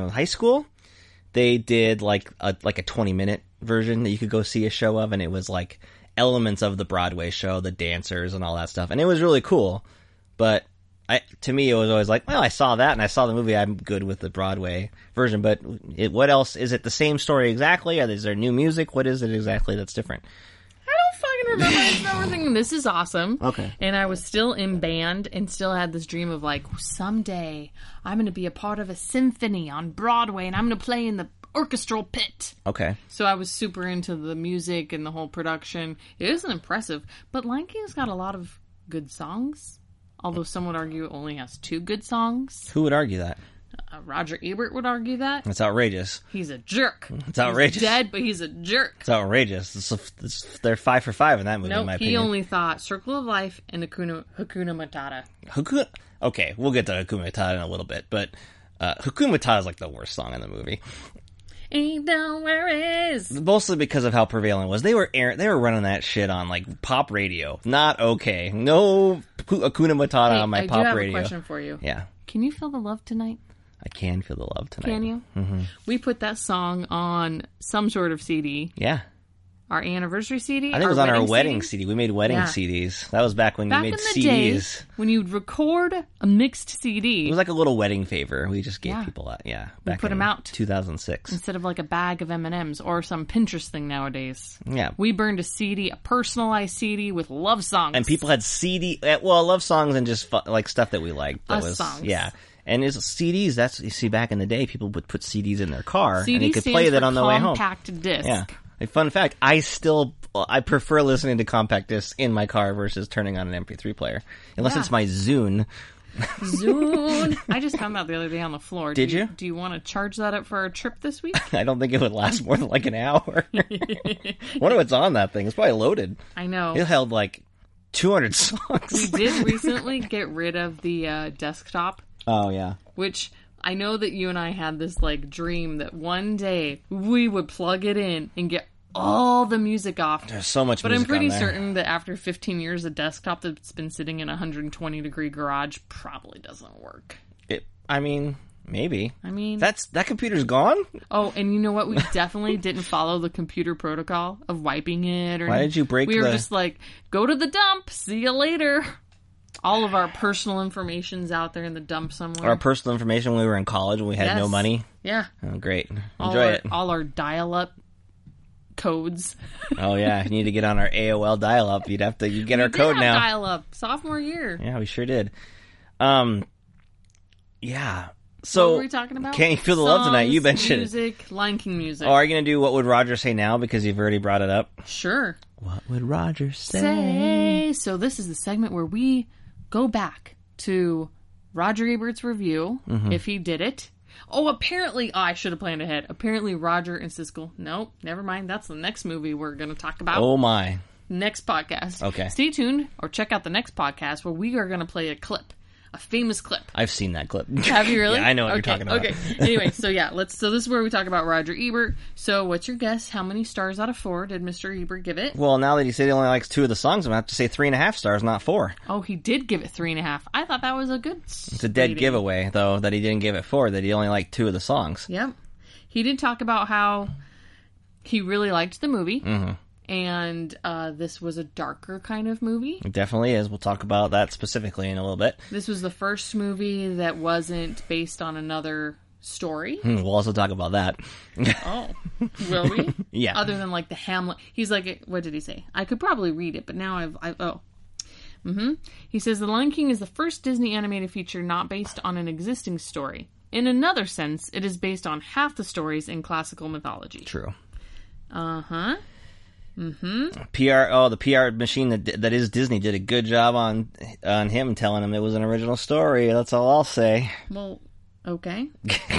E: high school. They did like a like a twenty minute version that you could go see a show of, and it was like elements of the Broadway show, the dancers and all that stuff, and it was really cool. But I to me, it was always like, well, I saw that and I saw the movie. I'm good with the Broadway version, but it, what else is it? The same story exactly? Or is there new music? What is it exactly that's different?
D: I don't fucking remember. I just remember thinking this is awesome.
E: Okay.
D: And I was still in band and still had this dream of like someday I'm going to be a part of a symphony on Broadway and I'm going to play in the orchestral pit.
E: Okay.
D: So I was super into the music and the whole production. It isn't impressive, but Lion King's got a lot of good songs. Although some would argue it only has two good songs.
E: Who would argue that?
D: Uh, Roger Ebert would argue that.
E: That's outrageous.
D: He's a jerk.
E: It's
D: He's
E: outrageous.
D: dead, but he's a jerk.
E: It's outrageous. It's a- it's- they're five for five in that movie,
D: No,
E: in my
D: he
E: opinion.
D: only thought Circle of Life and Hakuna, Hakuna Matata.
E: Haku- okay, we'll get to Hakuna Matata in a little bit, but uh, Hakuna Matata is like the worst song in the movie,
D: Ain't no worries.
E: mostly because of how prevalent it was. They were air- they were running that shit on like pop radio. Not okay. No P- Hakuna Matata on Uh, my
D: I
E: pop
D: do have
E: radio.
D: a question for you.
E: Yeah,
D: Can you feel the love tonight?
E: I can feel the love tonight.
D: Can you?
E: Mm-hmm.
D: We put that song on some sort of CD,
E: Yeah,
D: our anniversary CD.
E: I think it was on our wedding
D: CD.
E: CD. We made wedding
D: Yeah.
E: CDs. That was back when
D: Back
E: you
D: in
E: made
D: the
E: CDs.
D: days when you'd record a mixed
E: It
D: CD
E: was like a little wedding favor. We just gave
D: Yeah.
E: people that. Yeah, back
D: put
E: in
D: 'em out.
E: 2006.
D: instead of like a bag of M and M's or some Pinterest thing nowadays.
E: Yeah.
D: Mm. We burned a CD, a personalized CD with love songs.
E: and people had CD. eh, Well, love songs and just fu- like stuff that we liked. That
D: Us
E: was
D: songs.
E: yeah. And it's CDs. That's you see back in the day, people would put CDs in their car
D: CD
E: and you could
D: stands
E: play that
D: for
E: on the way home.
D: Compact disc.
E: Yeah. A fun fact: I still I prefer listening to compact discs in my car versus turning on an MP3 player, unless
D: Yeah.
E: it's my Zune.
D: Zune. I just found that the other day on the floor.
E: Did
D: do
E: you?
D: Do you want to charge that up for our trip this week?
E: I don't think it would last more than like an hour. wonder what's on that thing. It's probably loaded.
D: I know.
E: It held like 200 songs.
D: we did recently get rid of the uh, desktop,
E: Oh yeah.
D: which I know that you and I had this like dream that one day we would plug it in and get all the music off.
E: There's so much.
D: But I'm
E: music on
D: pretty
E: there.
D: certain that after 15 years, a desktop that's been sitting in a 120 degree garage probably doesn't work.
E: It, I mean, maybe.
D: I mean,
E: That's that computer's gone.
D: oh, and you know what? We definitely didn't follow the computer protocol of wiping it. Or
E: Why did you break
D: We were
E: the-
D: just like, go to the dump. See you later. All of our personal information's out there in the dump somewhere.
E: Our personal information when we were in college when we had no
D: Yes.
E: money.
D: yeah,
E: Oh, great.
D: all
E: Enjoy
D: our,
E: it.
D: all our dial-up codes.
E: oh yeah, if you need to get on our AOL dial up. You'd have to you get our
D: We did
E: code
D: have
E: now.
D: Dial-up sophomore year.
E: yeah, we sure did. Um yeah. So
D: What were we talking about?
E: Can't you feel the love tonight? You
D: Songs,
E: mentioned it.
D: music, Lion King music.
E: Oh, are you going to do what would Roger say now because you've already brought it up?
D: Sure.
E: What would Roger say?
D: say. So this is the segment where we go back to Roger Ebert's review,
E: Mm-hmm.
D: if he did it. Oh, apparently, oh, I should have planned ahead. Apparently, Roger and Siskel. Nope, never mind. That's the next movie we're going to talk about
E: Oh my.
D: next podcast.
E: Okay.
D: Stay tuned or check out the next podcast where we are going to play a clip, a famous clip.
E: I've seen that clip.
D: Have you really?
E: Yeah, I know
D: okay,
E: what you're talking about.
D: Okay. anyway, so yeah, let's. So this is where we talk about Roger Ebert. So, what's your guess? How many stars out of four did Mr. Ebert give it?
E: Well, now that he said he only likes two of the songs, I'm going to have to say three and a half stars, not four.
D: Oh, he did give it three and a half. I thought that was a good.
E: It's a dead giveaway, though, that he didn't give it four, that he only liked two of the songs.
D: Yep. He did talk about how he really liked the movie,
E: Mm-hmm.
D: and uh, this was a darker kind of movie.
E: It definitely is. We'll talk about that specifically in a little bit.
D: This was the first movie that wasn't based on another story.
E: Hmm, We'll also talk about that.
D: Oh, will we?
E: Yeah.
D: Other than like the Hamlet, he's like, what did he say? I could probably read it, but now I've, I've oh, He says The Lion King is the first Disney animated feature not based on an existing story. In another sense, it is based on half the stories in classical mythology.
E: True.
D: Uh huh.
E: PR. Oh, the PR machine that that is Disney did a good job on on him telling him it was an original story. That's all I'll say.
D: Well, okay.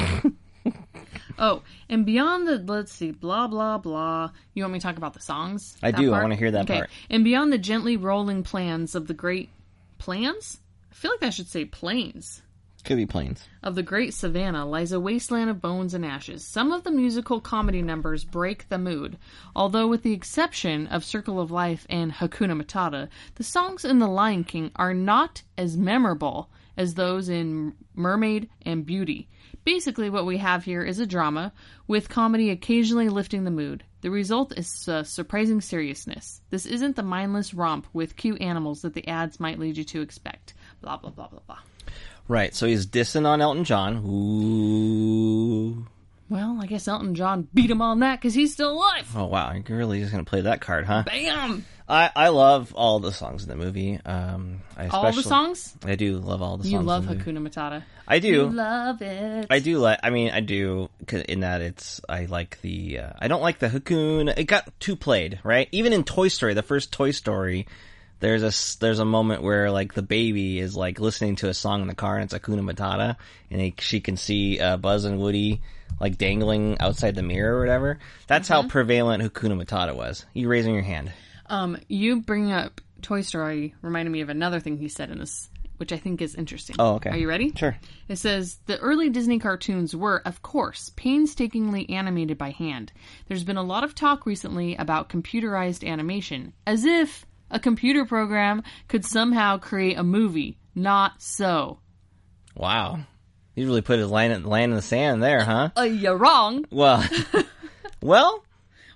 D: oh, and beyond the let's see, blah blah blah. You want me to talk about the songs?
E: I do. I wanna hear that
D: okay.
E: part.
D: And beyond the gently rolling plans of the great plans, I feel like I should say plains.
E: Could be planes.
D: Of the great savannah lies a wasteland of bones and ashes. Some of the musical comedy numbers break the mood, although, with the exception of Circle of Life and Hakuna Matata, the songs in The Lion King are not as memorable as those in Mermaid and Beauty. Basically, what we have here is a drama, with comedy occasionally lifting the mood. The result is uh, surprising seriousness. This isn't the mindless romp with cute animals that the ads might lead you to expect. Blah, blah, blah, blah, blah.
E: Right. So he's dissing on Elton John. Ooh.
D: Well, I guess Elton John beat him on that because he's still alive.
E: Oh wow, you're really just gonna play that card, huh?
D: Bam!
E: I, I love all the songs in the movie. Um, I
D: All the
E: especially-
D: songs?
E: I do love all the songs.
D: You love
E: in the movie.
D: Hakuna Matata.
E: I do.
D: You love it.
E: I do like. I mean, I do 'cause in that it's. I like the. Uh, I don't like the Hakuna. It got too played, right? Even in Toy Story, the first Toy Story, there's a s- there's a moment where like the baby is like listening to a song in the car and it's Hakuna Matata, and he, she can see uh, Buzz and Woody like dangling outside the mirror or whatever. That's how prevalent Hakuna Matata was. You raising your hand?
D: Um, you bring up Toy Story reminded me of another thing he said in this, which I think is interesting.
E: Oh, okay.
D: Are you ready?
E: Sure.
D: It says the early Disney cartoons were, of course, painstakingly animated by hand. There's been a lot of talk recently about computerized animation, as if a computer program could somehow create a movie. Not so.
E: Wow. You really put his line in, line in the sand there, huh?
D: Uh, you're wrong.
E: Well, well.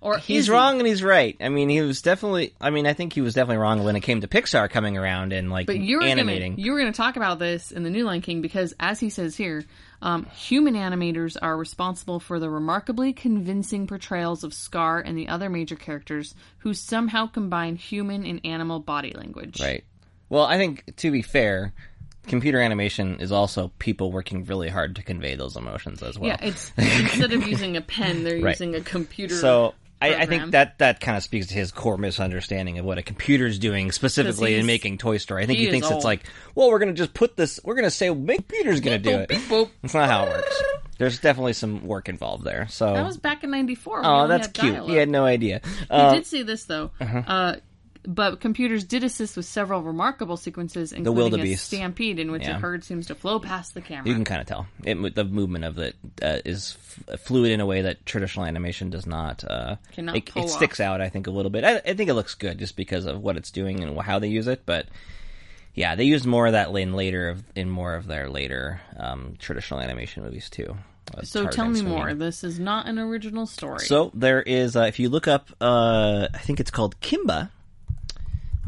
D: Or
E: he's
D: is he?
E: wrong and he's right. I mean, he was definitely. I mean, I think he was definitely wrong when it came to Pixar coming around and like
D: But you were
E: animating.
D: Gonna, you were going to talk about this in the New Lion King because, as he says here, um, human animators are responsible for the remarkably convincing portrayals of Scar and the other major characters, who somehow combine human and animal body language.
E: Right. Well, I think to be fair, computer animation is also people working really hard to convey those emotions as well.
D: Yeah, it's instead of using a pen, they're
E: Right.
D: using a computer.
E: so. I, I
D: program.
E: think that, that kind of speaks to his core misunderstanding of what a computer's doing, specifically in
D: he's-
E: making Toy Story. I think
D: he
E: he,
D: is
E: thinks
D: old.
E: it's like, well, we're going to just put this, we're going to say, make computer's going to do it.
D: Beep, boop.
E: That's not how it works. There's definitely some work involved there. So,
D: That was back in '94.
E: oh, that's
D: had
E: cute. uh-huh.
D: dial-up.
E: He had no idea.
D: I did see this though. uh but computers did assist with several remarkable sequences, including a
E: wildebeest.
D: stampede in which a
E: Yeah.
D: herd seems to flow past the camera.
E: You can kind of tell it, mo- the movement of it uh, is f- fluid in a way that traditional animation does not. Uh,
D: Cannot
E: it,
D: pull
E: it
D: off.
E: sticks out, I think, a little bit. I, I think it looks good just because of what it's doing and wh- how they use it. But yeah, they used more of that in later of, in more of their later um, traditional animation movies too. It's
D: so
E: hard
D: tell me
E: against them, you
D: more.
E: know.
D: This is not an original story.
E: So there is, uh, if you look up, uh, I think it's called Kimba,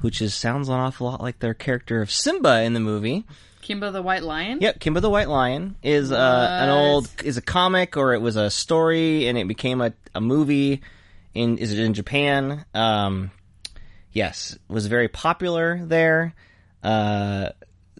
E: which is sounds an awful lot like their character of Simba in the movie.
D: Kimba the White Lion.
E: Yep, Kimba the White Lion is uh, an old is a comic or it was a story and it became a, a movie in is it in Japan? Um, yes, was very popular there. Uh,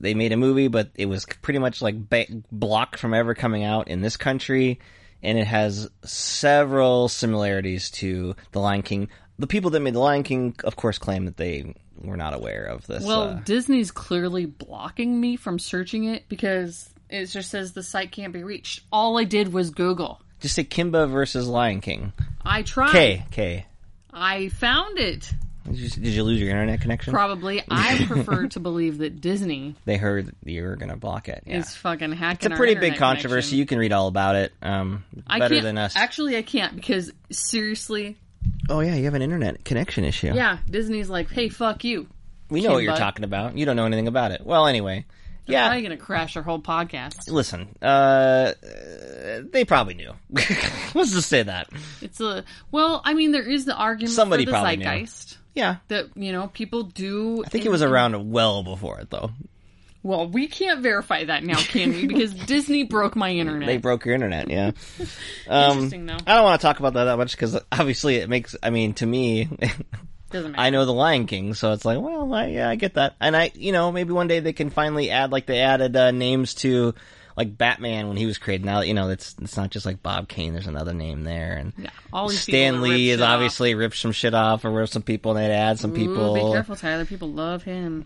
E: they made a movie, but it was pretty much like ba- block from ever coming out in this country, and it has several similarities to The Lion King. The people that made The Lion King, of course, claim that they were not aware of this.
D: Well,
E: uh,
D: Disney's clearly blocking me from searching it because it just says the site can't be reached. All I did was Google.
E: just say Kimba versus Lion King.
D: I tried.
E: K K.
D: I found it.
E: Did you, did you lose your internet connection?
D: Probably. I prefer to believe that Disney
E: they heard that you were going to block it. Yeah.
D: is fucking hacking.
E: It's a pretty big controversy. You can read all about it. Um,
D: I
E: better
D: can't-
E: than us.
D: Actually, I can't because seriously,
E: oh yeah, you have an internet connection issue.
D: yeah, Disney's like, hey, fuck you.
E: we know what you're
D: Kimba.
E: talking about. You don't know anything about it. Well, anyway, yeah.
D: Probably gonna crash our whole podcast.
E: Listen, uh, they probably knew. Let's just say that.
D: It's a well, I mean, there is the argument
E: Somebody
D: for the
E: probably knew.
D: zeitgeist.
E: Yeah,
D: that you know people do.
E: I think it was around well before it though.
D: Well, we can't verify that now, can we? Because Disney broke my internet.
E: They broke your internet. Yeah. Um,
D: Interesting though.
E: I don't want to talk about that that much because obviously it makes. I mean, to me,
D: Doesn't matter.
E: I know the Lion King, so it's like, well, I, yeah, I get that. And I, you know, maybe one day they can finally add like they added uh, names to like Batman when he was created. Now, you know, it's it's not just like Bob Kane. There's another name there, and
D: Yeah, all these people
E: Stan
D: that
E: Lee
D: ripped
E: is
D: shit off.
E: obviously ripped some shit off or ripped some people, and they'd add some people.
D: Ooh, be careful, Tyler. People love him.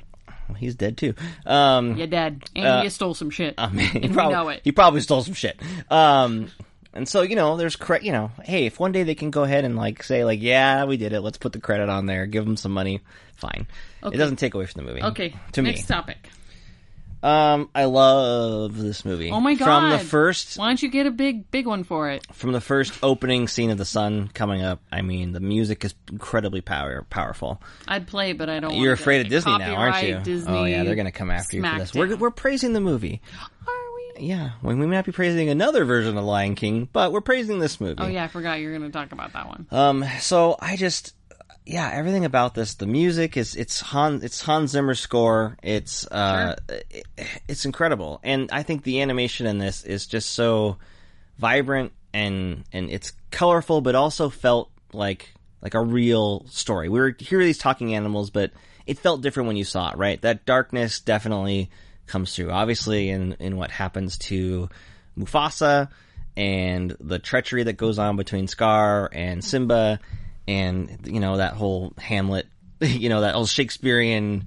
E: He's dead too. Um,
D: You're dead, and you stole some shit.
E: I mean, he
D: we
E: probably,
D: know it.
E: he probably stole some shit. Um, and so you know, there's cre- you know, hey, if one day they can go ahead and like say like, yeah, we did it. Let's put the credit on there. Give them some money. Fine.
D: Okay.
E: It doesn't take away from the movie.
D: okay,
E: To
D: next
E: me,
D: topic.
E: um, I love this movie.
D: Oh my god!
E: From the first,
D: why don't you get a big, big one for it?
E: from the first opening scene of the sun coming up. I mean, the music is incredibly power powerful.
D: I'd play, but I don't. wanna
E: You're
D: get
E: afraid of
D: it.
E: Disney now, aren't
D: Copyright,
E: you?
D: Disney.
E: oh yeah, they're gonna come after you for this. We're
D: Smackdown.
E: we're praising the movie.
D: Are we?
E: Yeah, when we may not be praising another version of Lion King, but we're praising this movie.
D: Oh yeah, I forgot you were gonna talk about that one.
E: Um, so I just, yeah, everything about this, the music is, it's Han, it's Hans Zimmer's score. It's, uh, it- it's incredible. And I think the animation in this is just so vibrant and, and it's colorful, but also felt like, like a real story. We were here are these talking animals, but it felt different when you saw it, right? That darkness definitely comes through, obviously, in, in what happens to Mufasa and the treachery that goes on between Scar and Simba, and you know that whole Hamlet, you know that whole Shakespearean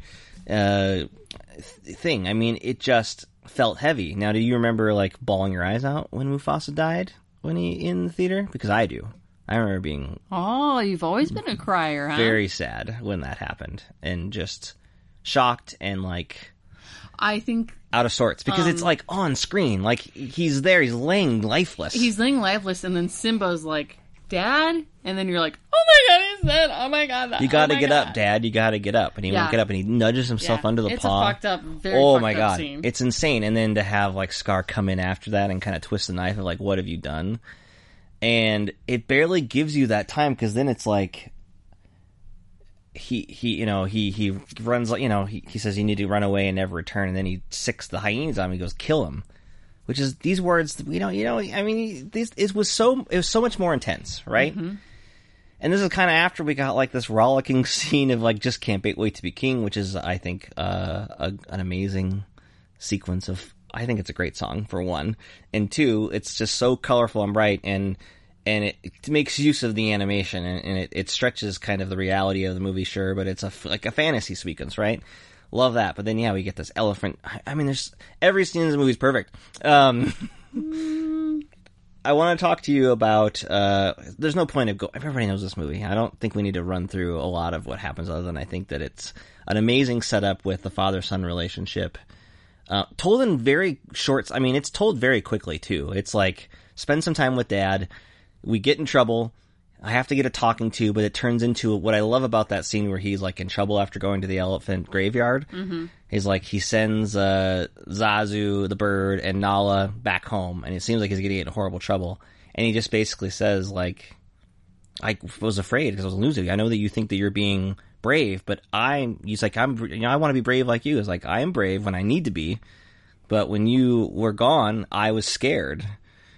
E: uh, th- thing. I mean, it just felt heavy. Now, do you remember like bawling your eyes out when Mufasa died when he in the theater? Because I do. I remember being
D: Oh, you've always been a crier, huh?
E: very sad when that happened and just shocked and like
D: I think
E: out of sorts because it's
D: Um,
E: like on screen like he's there he's laying lifeless
D: he's laying lifeless, and then Simba's like, "Dad," and then you're like, "Oh my god, he's dead! Oh my god,
E: You got to
D: oh my
E: get
D: God."
E: up, Dad. You got to get up. And he
D: Yeah.
E: won't get up, and he nudges himself
D: Yeah.
E: under the
D: It's a
E: paw.
D: fucked up- very
E: oh
D: fucked
E: my
D: up
E: god,
D: scene.
E: it's insane. And then to have like Scar come in after that and kind of twist the knife of like, what have you done? And it barely gives you that time because then it's like. He, he, you know, he, he runs, like you know, he, he says you need to run away and never return. And then he sicks the hyenas on him. He goes, kill him which is these words we don't you know i mean this it was so it was so much more intense
D: Mm-hmm.
E: right and this is kind of after we got like this rollicking scene of like just can't wait, wait to be king which is i think uh a, an amazing sequence of i think it's a great song for one and two it's just so colorful and bright and and it, it makes use of the animation and, and it, it stretches kind of the reality of the movie sure but it's a f- like a fantasy sequence right love that but then yeah we get this elephant i, I mean there's every scene in the movie is perfect um I want to talk to you about. Uh, there's no point of go. Everybody knows this movie. I don't think we need to run through a lot of what happens, other than I think that it's an amazing setup with the father son relationship. Uh, told in very short. I mean, it's told very quickly too. It's like spend some time with dad. We get in trouble. I have to get a talking to, but it turns into what I love about that scene where he's like in trouble after going to the elephant graveyard. Mm-hmm. He's like he sends uh, Zazu the bird and Nala back home, and it seems like he's getting in horrible trouble. And he just basically says like, "I was afraid because I was losing. I know that you think that you're being brave, but I'm." He's like, "I'm. You know, I want to be brave like you." It's like I am brave when I need to be, but when you were gone, I was scared.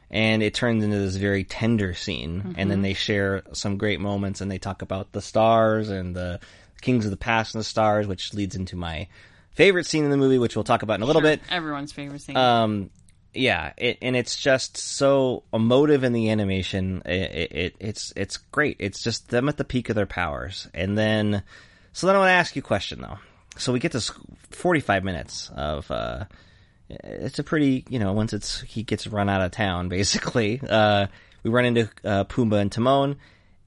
E: And it turns into this very tender scene. And then they share some great moments and they talk about the stars and the kings of the past and the stars, which leads into my favorite scene in the movie, which we'll talk about in a little bit.
D: everyone's favorite scene.
E: Um, yeah, it, and it's just so emotive in the animation. It, it, it's it's great. It's just them at the peak of their powers, and then so then I want to ask you a question though. So we get this forty five minutes of uh, it's a pretty you know once it's he gets run out of town basically. Uh, we run into uh, Pumbaa and Timon.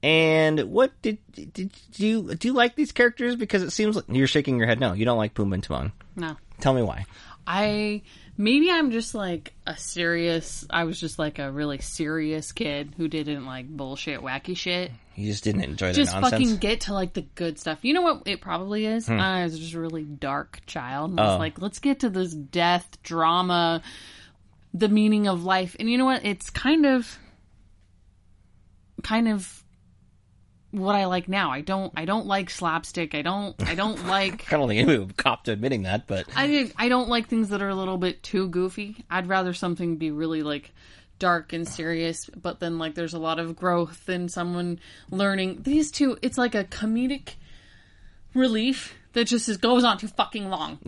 E: And what did did did you do? You like these characters because it seems like you're shaking your head. No, you don't like Pumbaa and Timon.
D: no.
E: Tell me why.
D: I maybe I'm just like a serious. I was just like a really serious kid who didn't like bullshit, wacky shit.
E: You just didn't enjoy their
D: Just
E: nonsense. Hmm.
D: fucking get to like the good stuff. You know what it probably is? I was just a really dark child. And
E: Oh.
D: I was like, let's get to this death drama, the meaning of life, and you know what? It's kind of, kind of what I like now. I don't. I don't like slapstick. I don't. I don't like.
E: I don't think anybody would cop to admitting that, but
D: I didn't. I don't like things that are a little bit too goofy. I'd rather something be really like dark and serious, but then like there's a lot of growth and someone learning. These two, it's like a comedic relief that just is, goes on too fucking long.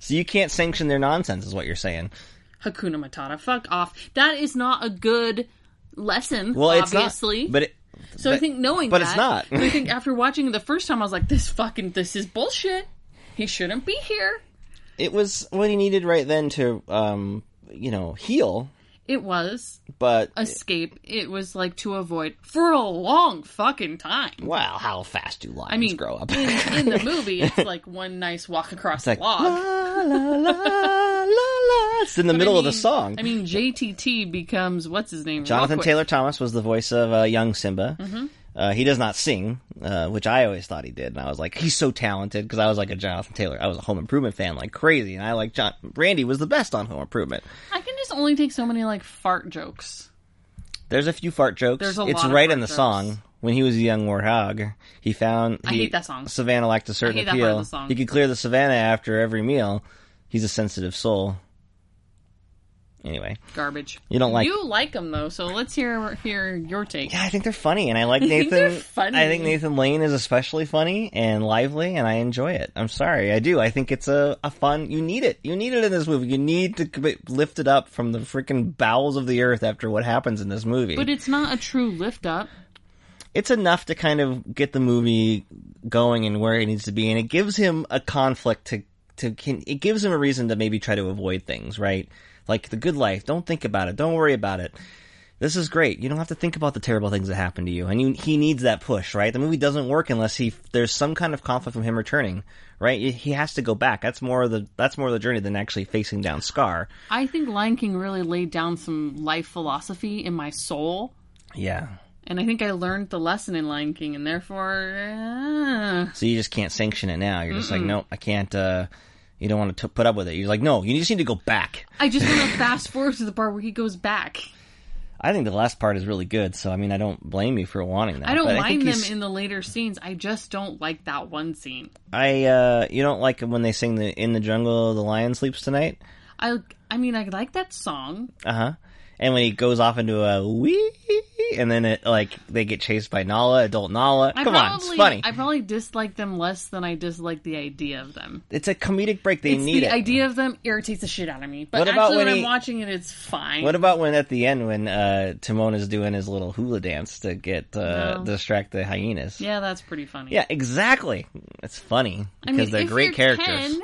E: So you can't sanction their nonsense, is what you're saying.
D: Hakuna Matata, fuck off. That is not a good lesson.
E: Well,
D: obviously.
E: it's not. But it,
D: so I
E: but-
D: think knowing
E: but
D: that,
E: it's not.
D: I think after watching it the first time, I was like, "This fucking this is bullshit. He shouldn't be here."
E: it was what he needed right then to, um, you know, heal.
D: It was
E: But
D: escape. It was like to avoid for a long fucking time.
E: wow, how fast do lions
D: mean,
E: grow up?
D: In, in the movie, it's like one nice walk across
E: like,
D: the log.
E: La, la, la, la, la. It's in the middle of the song.
D: I mean, JTT becomes what's his name? real
E: Jonathan
D: quick.
E: Taylor Thomas was the voice of uh, young Simba.
D: Mm-hmm.
E: Uh, he does not sing, uh, which I always thought he did, and I was like, he's so talented because I was like a Jonathan Taylor. I was a Home Improvement fan like crazy, and I like John. Randy was the best on Home Improvement.
D: I can just only take so many like fart jokes.
E: There's a few fart jokes.
D: There's a
E: it's
D: lot of
E: right
D: fart
E: in the
D: jokes.
E: song. When he was a young warthog, he found he,
D: I hate that song.
E: Savannah lacked a certain
D: I hate that part
E: appeal.
D: of the song.
E: He could clear the savannah after every meal. He's a sensitive soul. Anyway,
D: Garbage.
E: You don't like-
D: You like them though, so let's hear hear your take.
E: Yeah, I think they're funny, and I like
D: think
E: Nathan.
D: they're funny.
E: I think Nathan Lane is especially funny and lively, and I enjoy it. I'm sorry, I do. I think it's a, a fun. You need it. You need it in this movie. You need to c- lift it up from the freaking bowels of the earth after what happens in this movie.
D: But it's not a true lift up.
E: it's enough to kind of get the movie going and where it needs to be, and it gives him a conflict to to. Can, it gives him a reason to maybe try to avoid things, right? Like the good life. Don't think about it. Don't worry about it this is great. You don't have to think about the terrible things that happen to you. And you, he needs that push, right? The movie doesn't work unless he there's some kind of conflict from him returning, right? He has to go back. That's more of the that's more of the journey than actually facing down Scar.
D: I think Lion King really laid down some life philosophy in my soul,
E: Yeah.
D: and I think I learned the lesson in Lion King, and therefore, uh,
E: So you just can't sanction it now. You're just like, no, I can't. uh You don't want to put up with it. You're like, no, you just need to go back.
D: I just want to fast forward to the part where he goes back.
E: I think the last part is really good. So I mean, I don't blame you for wanting that.
D: I don't
E: but I think
D: mind them
E: he's-
D: in the later scenes. I just don't like that one scene.
E: I uh, you don't like it when they sing the in the jungle the lion sleeps tonight.
D: I I mean, I like that song.
E: Uh huh. And when he goes off into a wee, and then it like they get chased by Nala, adult Nala.
D: I
E: Come
D: probably,
E: on, it's funny.
D: I probably dislike them less than I dislike the idea of them.
E: It's a comedic break. They
D: It's
E: need
D: the
E: it.
D: idea of them irritates the shit out of me. But
E: What about
D: actually,
E: when
D: when,
E: he-
D: I'm watching it, it's fine.
E: What about when at the end when uh, Timon is doing his little hula dance to get uh,
D: No.
E: distract the hyenas?
D: yeah, that's pretty funny.
E: Yeah, exactly. It's funny
D: I
E: because
D: mean,
E: they're
D: if
E: great
D: you're
E: characters.
D: 10,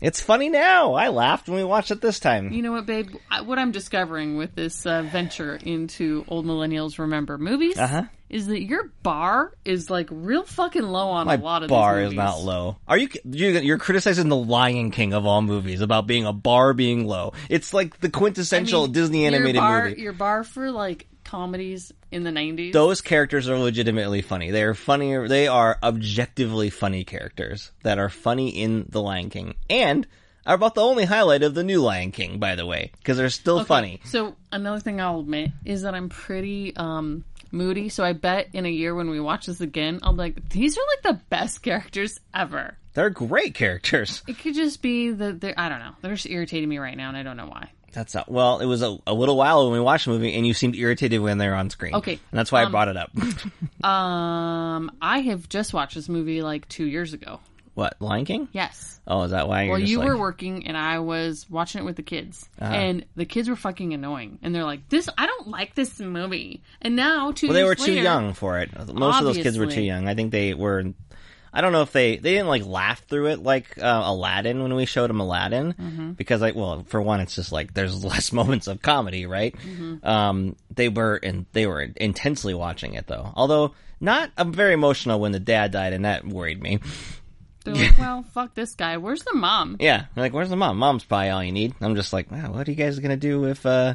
E: It's funny now. I laughed when we watched it this time.
D: you know what, babe? I, what I'm discovering with this uh, venture into old millennials remember movies
E: Uh-huh.
D: is that your bar is like real fucking low on
E: My
D: a lot of
E: bar
D: these
E: is
D: movies.
E: not low. Are you you- you're criticizing the Lion King of all movies about being a bar being low? It's like
D: I
E: the
D: mean,
E: quintessential Disney animated
D: your bar,
E: movie.
D: Your bar for like comedies in the 90s.
E: Those characters are legitimately funny. They are funnier. They are objectively funny characters that are funny in the Lion King and are about the only highlight of the new Lion King, by the way, because they're still funny.
D: So another thing I'll admit is that I'm pretty um moody. So I bet in a year when we watch this again, I'll be like, these are like the best characters ever.
E: They're great characters.
D: It could just be that they're I don't know. They're just irritating me right now, and I don't know why.
E: That's not, well. It was a, a little while when we watched the movie, and you seemed irritated when they were on screen.
D: Okay.
E: and that's why I brought it up.
D: Um, I have just watched this movie like two years ago.
E: what Lion King?
D: Yes.
E: Oh, is that why? You're
D: Well,
E: just
D: you
E: like, Uh-huh.
D: were working, and I was watching it with the kids, and the kids were fucking annoying. And they're like, "This, I don't like this movie." And now, two
E: Well, they were
D: years
E: too
D: later-
E: young for it. Most of those kids were too
D: Obviously.
E: young. I think they were. I don't know if they they didn't like laugh through it like uh, Aladdin when we showed them Aladdin
D: Mm-hmm.
E: because like well for one it's just like there's less moments of comedy right.
D: Mm-hmm.
E: Um, they were and they were intensely watching it though. Although not I'm very emotional when the dad died and that worried me.
D: They're like, "Well, fuck this guy. Where's the mom?"
E: Yeah, I'm like where's the mom? Mom's probably all you need. I'm just like wow, what are you guys gonna do if uh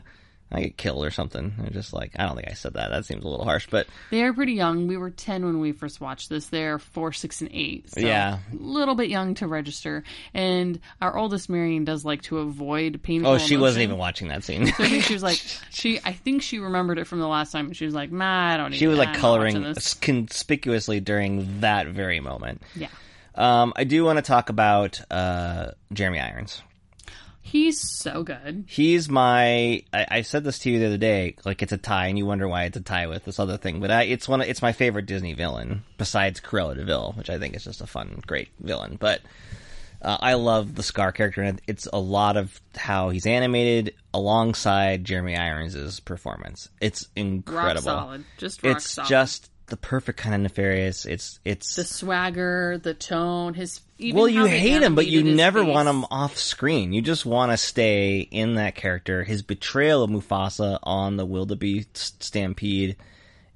E: I get killed or something? I'm just like I don't think I said that. That seems a little harsh, but
D: They're pretty young. We were 10 when we first watched this. They're 4, 6, and 8. So
E: Yeah.
D: A little bit young to register. And our oldest, Marion, does like to avoid painful
E: oh she wasn't even
D: emotion.
E: watching that scene.
D: So I think she was like, she. I think she remembered it from the last time. and She was like, nah, I don't. Need
E: She was
D: that.
E: like
D: I'm not
E: coloring
D: watching This.
E: conspicuously during that very moment.
D: Yeah.
E: Um, I do want to talk about uh, Jeremy Irons.
D: He's so good.
E: He's my. I, I said this to you the other day. Like it's a tie, and you wonder why it's a tie with this other thing. But I, it's one. Of, it's my favorite Disney villain besides Cruella Deville, which I think is just a fun, great villain. But uh, I love the Scar character, and it's a lot of how he's animated alongside Jeremy Irons' performance. It's
D: Rock
E: incredible.
D: solid. Just rock
E: It's
D: solid.
E: just the perfect kind of nefarious. It's it's
D: the swagger, the tone, his even
E: well, you
D: how they
E: hate him, but you
D: animated his
E: never want
D: face.
E: him off screen. You just want to stay in that character. His betrayal of Mufasa on the wildebeest stampede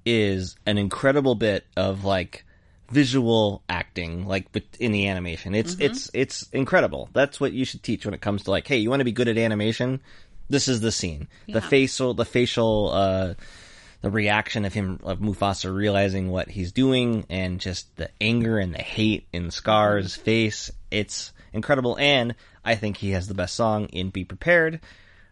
E: is an incredible bit of like visual acting, like but in the animation. It's
D: Mm-hmm.
E: it's it's incredible. That's what you should teach when it comes to like, hey, you want to be good at animation. This is the scene. The facial, the facial. uh the reaction of him of Mufasa realizing what he's doing and just the anger and the hate in Scar's face. It's incredible and I think he has the best song in Be Prepared,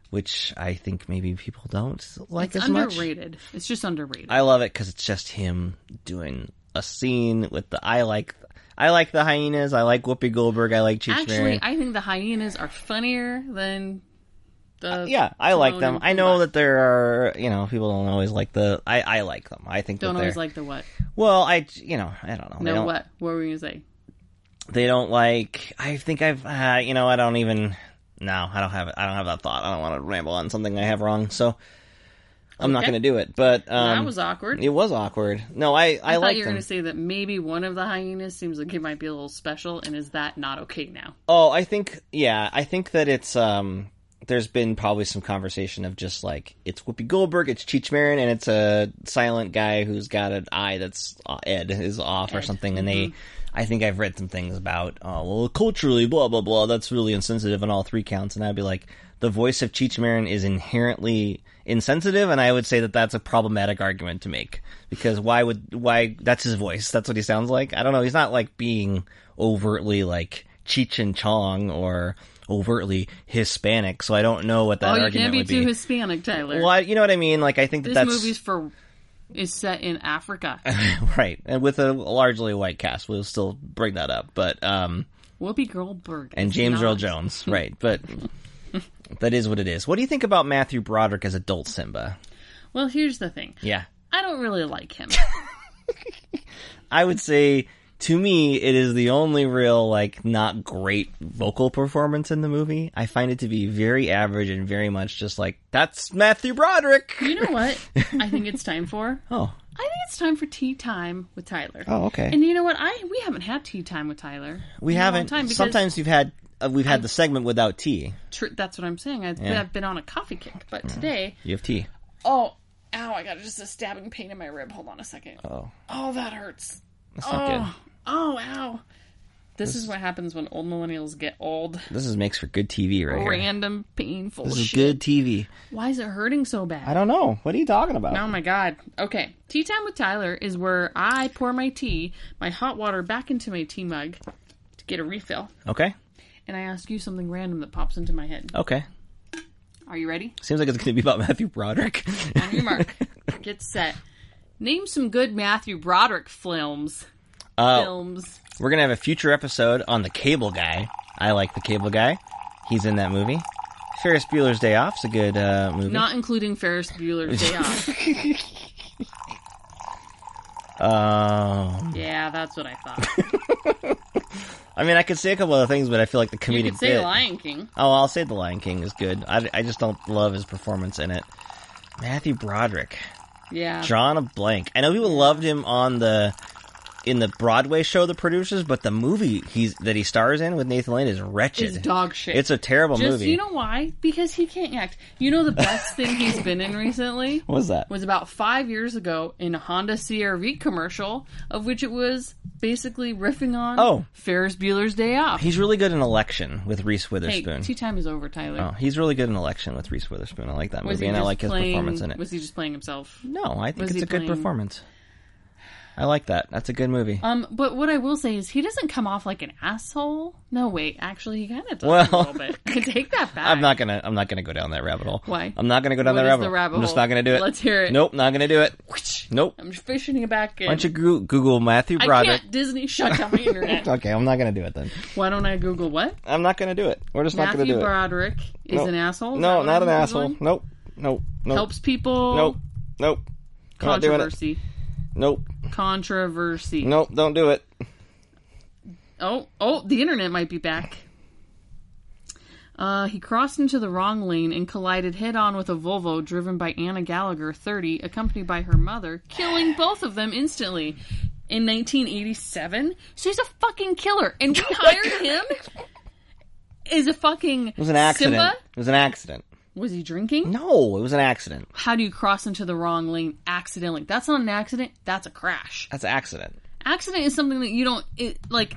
E: which I think maybe people don't like
D: It's
E: as much.
D: underrated. It's just underrated.
E: I love it cuz it's just him doing a scene with the I like I like the hyenas, I like Whoopi Goldberg, I like Cheech
D: Actually,
E: Marin.
D: I think the hyenas are funnier than the
E: Uh, yeah, I like
D: Timon
E: them.
D: and
E: I know
D: Pumbaa.
E: that there are, you know, people don't always like the. I, I like them. I think that
D: don't
E: they're-
D: always like the what.
E: Well, I, you know, I don't know. They
D: No
E: don't-
D: what? What were you gonna say?
E: they don't like i think i've uh, you know i don't even no i don't have i don't have that thought i don't want to ramble on something i have wrong so i'm not
D: Okay.
E: going to do it but um,
D: that was awkward.
E: it was awkward no i i,
D: I thought
E: like
D: you were
E: them
D: gonna say that maybe one of the hyenas seems like it might be a little special, and is that not okay now?
E: oh i think yeah i think that it's um there's been probably some conversation of just like it's Whoopi Goldberg, it's Cheech Marin, and it's a silent guy who's got an eye that's uh, Ed is off or something. And they,
D: Mm-hmm.
E: I think I've read some things about oh well culturally blah blah blah that's really insensitive on all three counts. And I'd be like the voice of Cheech Marin is inherently insensitive, and I would say that that's a problematic argument to make because why would why that's his voice that's what he sounds like. I don't know. He's not like being overtly like Cheech and Chong or overtly Hispanic, so I don't know what that
D: oh, you
E: argument
D: can't be
E: would
D: too
E: be.
D: Hispanic, Tyler.
E: well, I, you know what I mean. Like I think that
D: This
E: that's
D: movie's for is set in Africa.
E: right, and with a largely white cast, we'll still bring that up. But um,
D: Whoopi Goldberg
E: and
D: is
E: James
D: not.
E: Earl Jones, right? But that is what it is. What do you think about Matthew Broderick as adult Simba?
D: Well, here's the thing.
E: Yeah,
D: I don't really like him.
E: I would say to me, it is the only real like not great vocal performance in the movie. I find it to be very average and very much just like that's Matthew Broderick.
D: you know what? I think it's time for.
E: Oh,
D: I think it's time for tea time with Tyler.
E: oh, okay.
D: And you know what? I we haven't had tea time with Tyler.
E: We
D: in a long
E: haven't.
D: time because-
E: Sometimes we've had uh, we've had the segment without tea.
D: Tr- that's what I'm saying. I've, I've been on a coffee kick,
E: Mm.
D: but today,
E: You have tea.
D: oh, ow! I got just a stabbing pain in my rib. Hold on a second.
E: Oh,
D: Oh, that hurts.
E: that's
D: Oh,
E: not good.
D: oh, ow! This, is what happens when old millennials get old.
E: This is makes for good TV right here.
D: Random painful
E: This is
D: shit.
E: good TV.
D: Why is it hurting so bad?
E: I don't know. What are you talking about?
D: Oh my god. Okay. Tea time with Tyler is where I pour my tea, my hot water back into my tea mug to get a refill,
E: Okay.
D: and I ask you something random that pops into my head.
E: Okay.
D: Are you ready?
E: Seems like it's going to be about Matthew Broderick.
D: On your mark. get set. Name some good Matthew Broderick films.
E: uh,
D: Films.
E: we're going to have a future episode on the Cable Guy. I like the Cable Guy. He's in that movie. Ferris Bueller's Day Off's a good uh, movie.
D: Not including Ferris Bueller's Day Off.
E: Um,
D: Yeah, that's what I thought.
E: I mean, I could say a couple other things, but I feel like the
D: You
E: comedic
D: could say
E: bit.
D: Lion King.
E: Oh, I'll say The Lion King is good. I, I just don't love his performance in it. Matthew Broderick,
D: Yeah.
E: John a blank. I know people loved him on the in the Broadway show, The Producers, but the movie he's that he stars in with Nathan Lane is wretched.
D: Is dog shit.
E: It's a terrible
D: Just
E: movie.
D: you know why? Because he can't act. You know the best thing he's been in recently?
E: what was that?
D: was about five years ago in a Honda CRV commercial, of which it was basically riffing on
E: Oh.
D: Ferris Bueller's Day Off.
E: He's really good in Election with Reese
D: hey,
E: Witherspoon.
D: tea time is over, Tyler.
E: oh, he's really good in Election with Reese Witherspoon. I like that movie, and I
D: just
E: like his
D: playing-
E: performance in it.
D: Was he just playing himself?
E: no, I think
D: was
E: it's
D: he
E: a good
D: playing-
E: performance. I like that. That's a good movie.
D: Um, but what I will say is he doesn't come off like an asshole. No, wait, actually, he kind of does a
E: Well-
D: little bit. I take that back.
E: I'm not gonna. I'm not gonna go down that rabbit hole.
D: Why?
E: I'm not gonna go down
D: What
E: that
D: is
E: rabbit,
D: the rabbit
E: hole. I'm just
D: hole?
E: not gonna do it.
D: Let's hear it.
E: Nope. Not gonna do it. Nope.
D: I'm just fishing it back in.
E: Why don't you Goo- Google Matthew
D: I
E: Broderick?
D: can't. Disney shut down my internet.
E: Okay, I'm not gonna do it then.
D: Why don't I Google what?
E: I'm not gonna do it. We're just not gonna
D: Matthew
E: do it.
D: Broderick is
E: Nope.
D: an asshole. Is that
E: No,
D: what
E: not
D: I'm
E: an asshole.
D: Googling?
E: Nope. Nope. Nope.
D: Helps people.
E: Nope. Nope. I'm not doing it.
D: Controversy.
E: Nope.
D: Controversy.
E: Nope. Don't do it.
D: Oh, oh, the internet might be back. Uh, he crossed into the wrong lane and collided head on with a Volvo driven by Anna Gallagher, 30, accompanied by her mother, killing both of them instantly. In 1987? So he's a fucking killer. And we
E: Oh
D: hired him as a fucking.
E: It was an accident.
D: Simba?
E: It was an accident.
D: Was he drinking?
E: No, it was an accident.
D: How do you cross into the wrong lane accidentally? That's not an accident, that's a crash.
E: That's an accident.
D: Accident is something that you don't, it, like,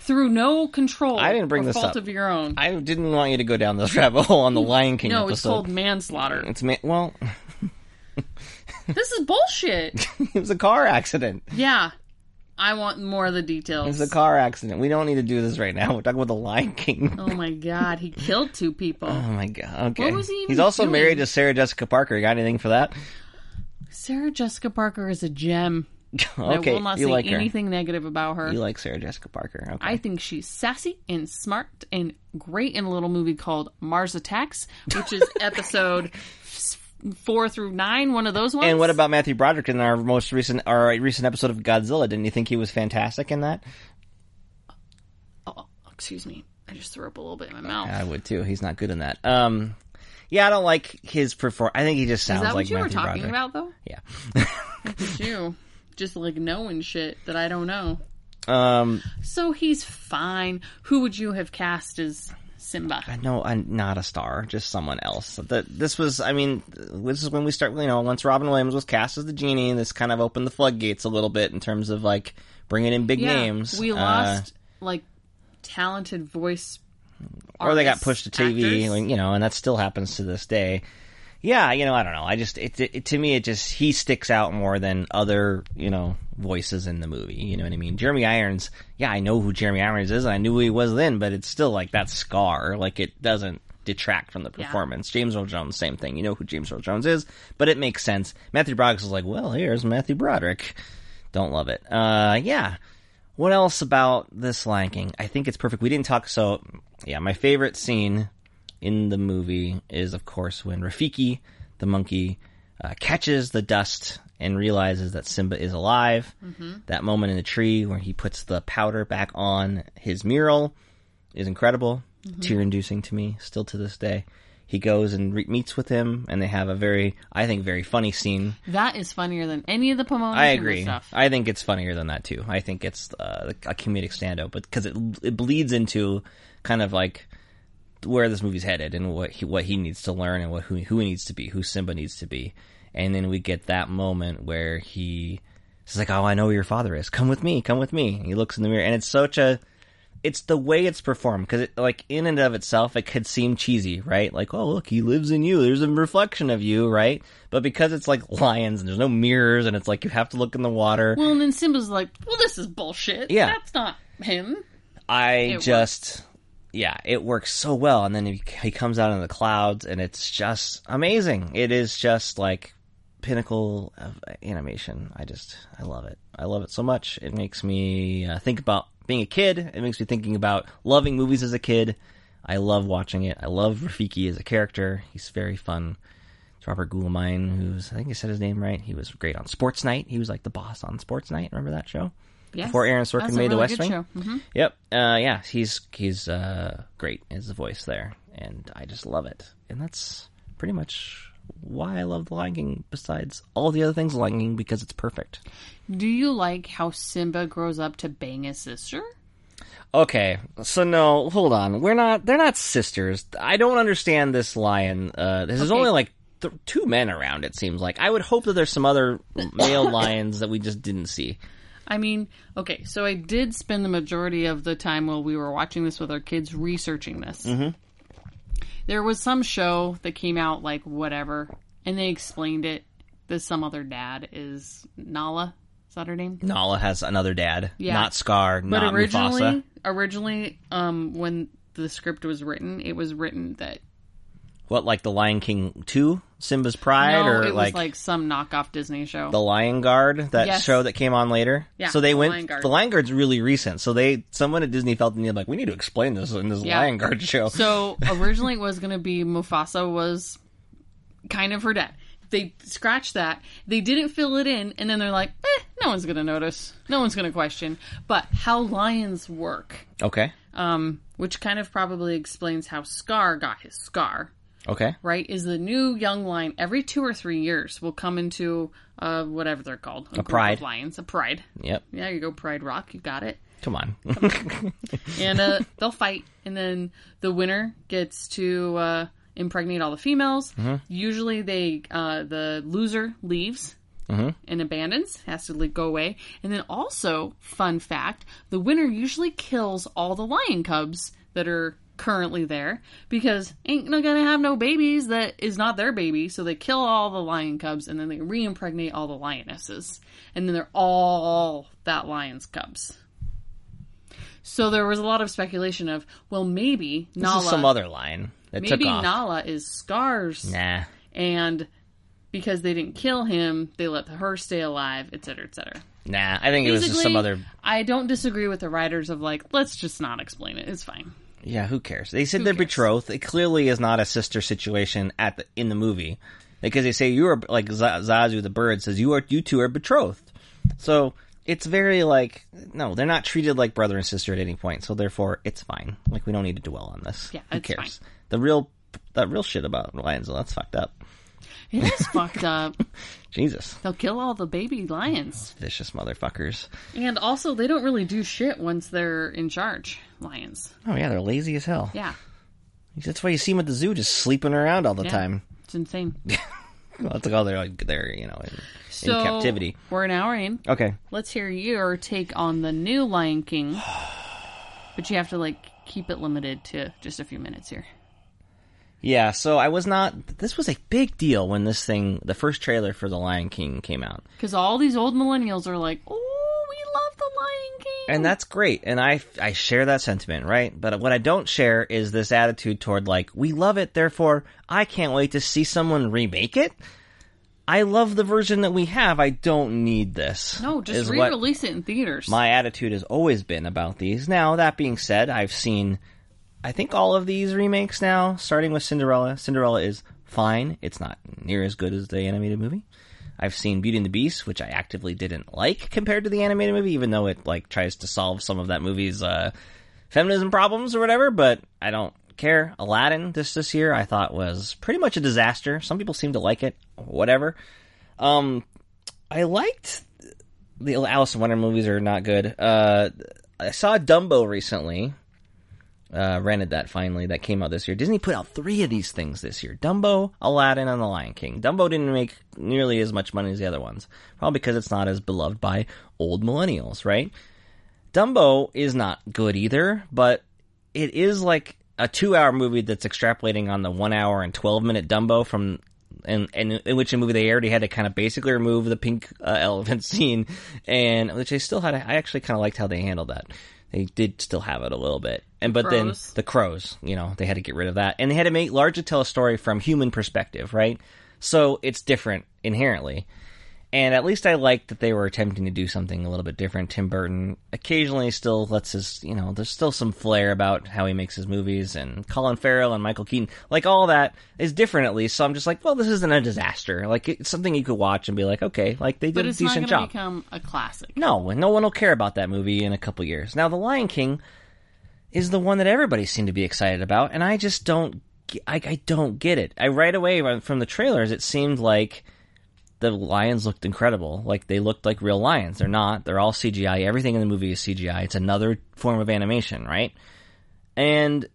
D: through no control
E: I didn't bring
D: or
E: this
D: fault
E: up.
D: of your own.
E: I didn't want you to go down this rabbit hole on the Lion King
D: No,
E: episode.
D: it's called manslaughter.
E: It's ma- well,
D: this is bullshit.
E: it was a car accident.
D: Yeah. I want more of the
E: It
D: details.
E: was a car accident. We don't need to do this right now. We're talking about the Lion King.
D: oh my god, he killed two people.
E: Oh my god. Okay.
D: What was he even
E: He's also
D: doing?
E: married to Sarah Jessica Parker. You got anything for that?
D: Sarah Jessica Parker is a gem.
E: okay.
D: I will not
E: you
D: say
E: like
D: anything negative about her.
E: her. You like Sarah Jessica Parker. Okay.
D: I think she's sassy and smart and great in a little movie called Mars Attacks, which is episode s- four through nine, one of those ones.
E: and what about Matthew Broderick in our most recent our recent episode of Godzilla? Didn't you think he was fantastic in that?
D: Oh, excuse me. I just threw up a little bit in my mouth.
E: I would too. He's not good in that. Um, yeah, I don't like his perform. I think he just sounds
D: is that
E: like
D: what you
E: Matthew
D: were talking
E: Broderick.
D: about, though? You just like knowing shit that I don't know.
E: Yeah. Um,
D: So he's fine. Who would you have cast as Simba?
E: no, i not a star, just someone else. That this was, I mean, this is when we start. You know, once Robin Williams was cast as the genie, this kind of opened the floodgates a little bit in terms of like bringing in big names.
D: We
E: Uh,
D: lost like talented voice.
E: or they got
D: artists,
E: pushed to TV,
D: actors.
E: and, you know, and that still happens to this day. Yeah, you know, I don't know. I just it, it to me it just he sticks out more than other you know voices in the movie. You know what I mean? Jeremy Irons. Yeah, I know who Jeremy Irons is. and I knew who he was then, but it's still like that scar. Like it doesn't detract from the performance. James Earl Jones, same thing. You know who James Earl Jones is, but it makes sense. Matthew Broderick is like, well, here's Matthew Broderick. Don't love it. Uh, yeah. What else about this Lion King? I think it's perfect. We didn't talk so. Yeah, my favorite scene in the movie is, of course, when Rafiki, the monkey, uh, catches the dust and realizes that Simba is alive. That moment in the tree where he puts the powder back on his mural is incredible, tear inducing to me, still to this day. He goes and re- meets with him, and they have a very, I think, very funny scene.
D: That is funnier than any of the Pomona
E: I
D: Timber
E: agree.
D: stuff.
E: I think it's funnier than that too. I think it's uh, a comedic stand-up, but because it it bleeds into kind of like where this movie's headed and what he what he needs to learn and what who who he needs to be, who Simba needs to be, and then we get that moment where he is like, "Oh, I know who your father is. Come with me. Come with me." And he looks in the mirror, and it's such a it's the way it's performed because it like in and of itself it could seem cheesy right like oh look he lives in you there's a reflection of you right but because it's like lions and there's no mirrors and it's like you have to look in the water
D: Well, and then Simba's like, "Well, this is bullshit.
E: Yeah.
D: that's not him."
E: i
D: works.
E: just yeah it works so well and then he, he comes out in the clouds and it's just amazing it is just like pinnacle of animation i just i love it i love it so much it makes me uh, think about being a kid it makes me thinking about loving movies as a kid i love watching it i love rafiki as a character he's very fun it's robert Guillemine, who's i think i said his name right he was great on sports night he was like the boss on sports night remember that show
D: Yes.
E: before aaron sorkin
D: That's a
E: made the
D: really
E: west
D: good
E: wing
D: show. Mhm.
E: Yep. Uh, yeah, he's he's uh, great as the voice there, and I just love it. And that's pretty much why I love The Lion King. Besides all the other things, Lion King because it's perfect.
D: Mm-hmm. Do you like how Simba grows up to bang his sister?
E: Okay, so no, hold on. We're not. They're not sisters. I don't understand this lion. Uh, there's
D: Okay.
E: only like th- two men around. It seems like I would hope that there's some other male lions that we just didn't see.
D: I mean, okay, so I did spend the majority of the time while we were watching this with our kids researching this.
E: Mm-hmm.
D: There was some show that came out, like, whatever, and they explained it that some other dad is Nala, Is that her name?
E: Nala has another dad,
D: Yeah.
E: not Scar,
D: But
E: not
D: originally,
E: Mufasa.
D: originally, um, when the script was written, it was written that
E: What, like the Lion King two, Simba's Pride,
D: no,
E: or
D: it was
E: like,
D: like, some knockoff Disney show.
E: the Lion Guard, that
D: Yes.
E: show that came on later?
D: Yeah,
E: So they
D: The
E: went.
D: Lion Guard.
E: The Lion Guard's really recent. So they someone at Disney felt the need like we need to explain this in this
D: Yeah.
E: Lion Guard show.
D: so originally, it was going to be Mufasa was kind of her dad. They scratched that. They didn't fill it in, and then they're like, eh, no one's going to notice. No one's going to question. But how lions work,
E: okay.
D: um, which kind of probably explains how Scar got his scar.
E: Okay.
D: right, is the new young lion every two or three years will come into uh, whatever they're called a, group
E: pride.
D: of lions, a pride.
E: Yep.
D: Yeah, you go Pride Rock, you got it.
E: Come on.
D: And uh, they'll fight, and then the winner gets to uh, impregnate all the females. Usually, they uh, the loser leaves. And abandons, has to like, go away. And then also, fun fact the winner usually kills all the lion cubs that are currently there because ain't no gonna have no babies that is not their baby. So they kill all the lion cubs and then they re impregnate all the lionesses. And then they're all that lion's cubs. So there was a lot of speculation of, well, maybe
E: this
D: Nala,
E: is some other lion that
D: maybe
E: took off.
D: Nala is Scar's,
E: Nah.
D: and because they didn't kill him, they let her stay alive, et cetera, et cetera.
E: Nah. I think it was just
D: Basically,
E: some other.
D: I don't disagree with the writers of like, let's just not explain it. It's fine.
E: Yeah. Who cares? They said they're
D: cares?
E: betrothed. It clearly is not a sister situation at the in the movie because they say you are like Z- Zazu the bird says you are you two are betrothed. So it's very like no, they're not treated like brother and sister at any point. So therefore, it's fine. Like we don't need to dwell on this.
D: Yeah,
E: who
D: it's
E: cares? The real that real shit about lions. Well, that's fucked up.
D: It is fucked up.
E: Jesus,
D: They'll kill all the baby lions,
E: vicious motherfuckers.
D: and also they don't really do shit once they're in charge. Lions,
E: Oh yeah, they're lazy as hell.
D: yeah,
E: That's why you see them at the zoo just sleeping around all the
D: Yeah.
E: time.
D: it's insane.
E: Well, that's like all they're like they're you know in,
D: So
E: in captivity.
D: we're an hour in.
E: Okay.
D: Let's hear your take on the new Lion King. But you have to like keep it limited to just a few minutes here.
E: Yeah, so I was not this was a big deal when this thing the first trailer for The Lion King came out.
D: Cuz all these old millennials are like, "Oh, we love the Lion King."
E: And that's great and I I share that sentiment, right? But what I don't share is this attitude toward like we love it, therefore I can't wait to see someone remake it. I love the version that we have. I don't need this.
D: no, just
E: is what-
D: re-release it in theaters.
E: my attitude has always been about these. Now, that being said, I've seen, I think, all of these remakes now, starting with Cinderella. Cinderella is fine. It's not near as good as the animated movie. I've seen Beauty and the Beast, which I actively didn't like compared to the animated movie, even though it like tries to solve some of that movie's uh, feminism problems or whatever. But I don't care. Aladdin this this year I thought was pretty much a disaster. Some people seem to like it. Whatever. Um, I liked the Alice in Wonder movies are not good. Uh, I saw Dumbo recently. Uh, rented that finally. That came out this year. Disney put out three of these things this year: Dumbo, Aladdin, and The Lion King. Dumbo didn't make nearly as much money as the other ones, probably because it's not as beloved by old millennials, right? Dumbo is not good either, but it is like a two-hour movie that's extrapolating on the one-hour and twelve-minute Dumbo from, and and in which a movie they already had to kind of basically remove the pink uh, elephant scene, and which they still had. I actually kind of liked how they handled that. They did still have it a little bit, and but then
D: Crows.
E: the crows, you know, they had to get rid of that, and they had to make larger tell a story from human perspective, right? So it's different inherently and at least I liked that they were attempting to do something a little bit different. Tim Burton occasionally still lets his, you know, there's still some flair about how he makes his movies, and Colin Farrell and Michael Keaton, like all that is different at least. So I'm just like, well, this isn't a disaster. Like it's something you could watch and be like, okay, like they did
D: but
E: a
D: it's not
E: decent
D: going to
E: job.
D: become a classic.
E: No, and no one will care about that movie in a couple years. Now, The Lion King is the one that everybody seemed to be excited about, and I just don't, ge- I, I don't get it. I right away when- from the trailers, it seemed like the lions looked incredible. Like they looked like real lions. They're not. They're all CGI. Everything in the movie is CGI. It's another form of animation, right? And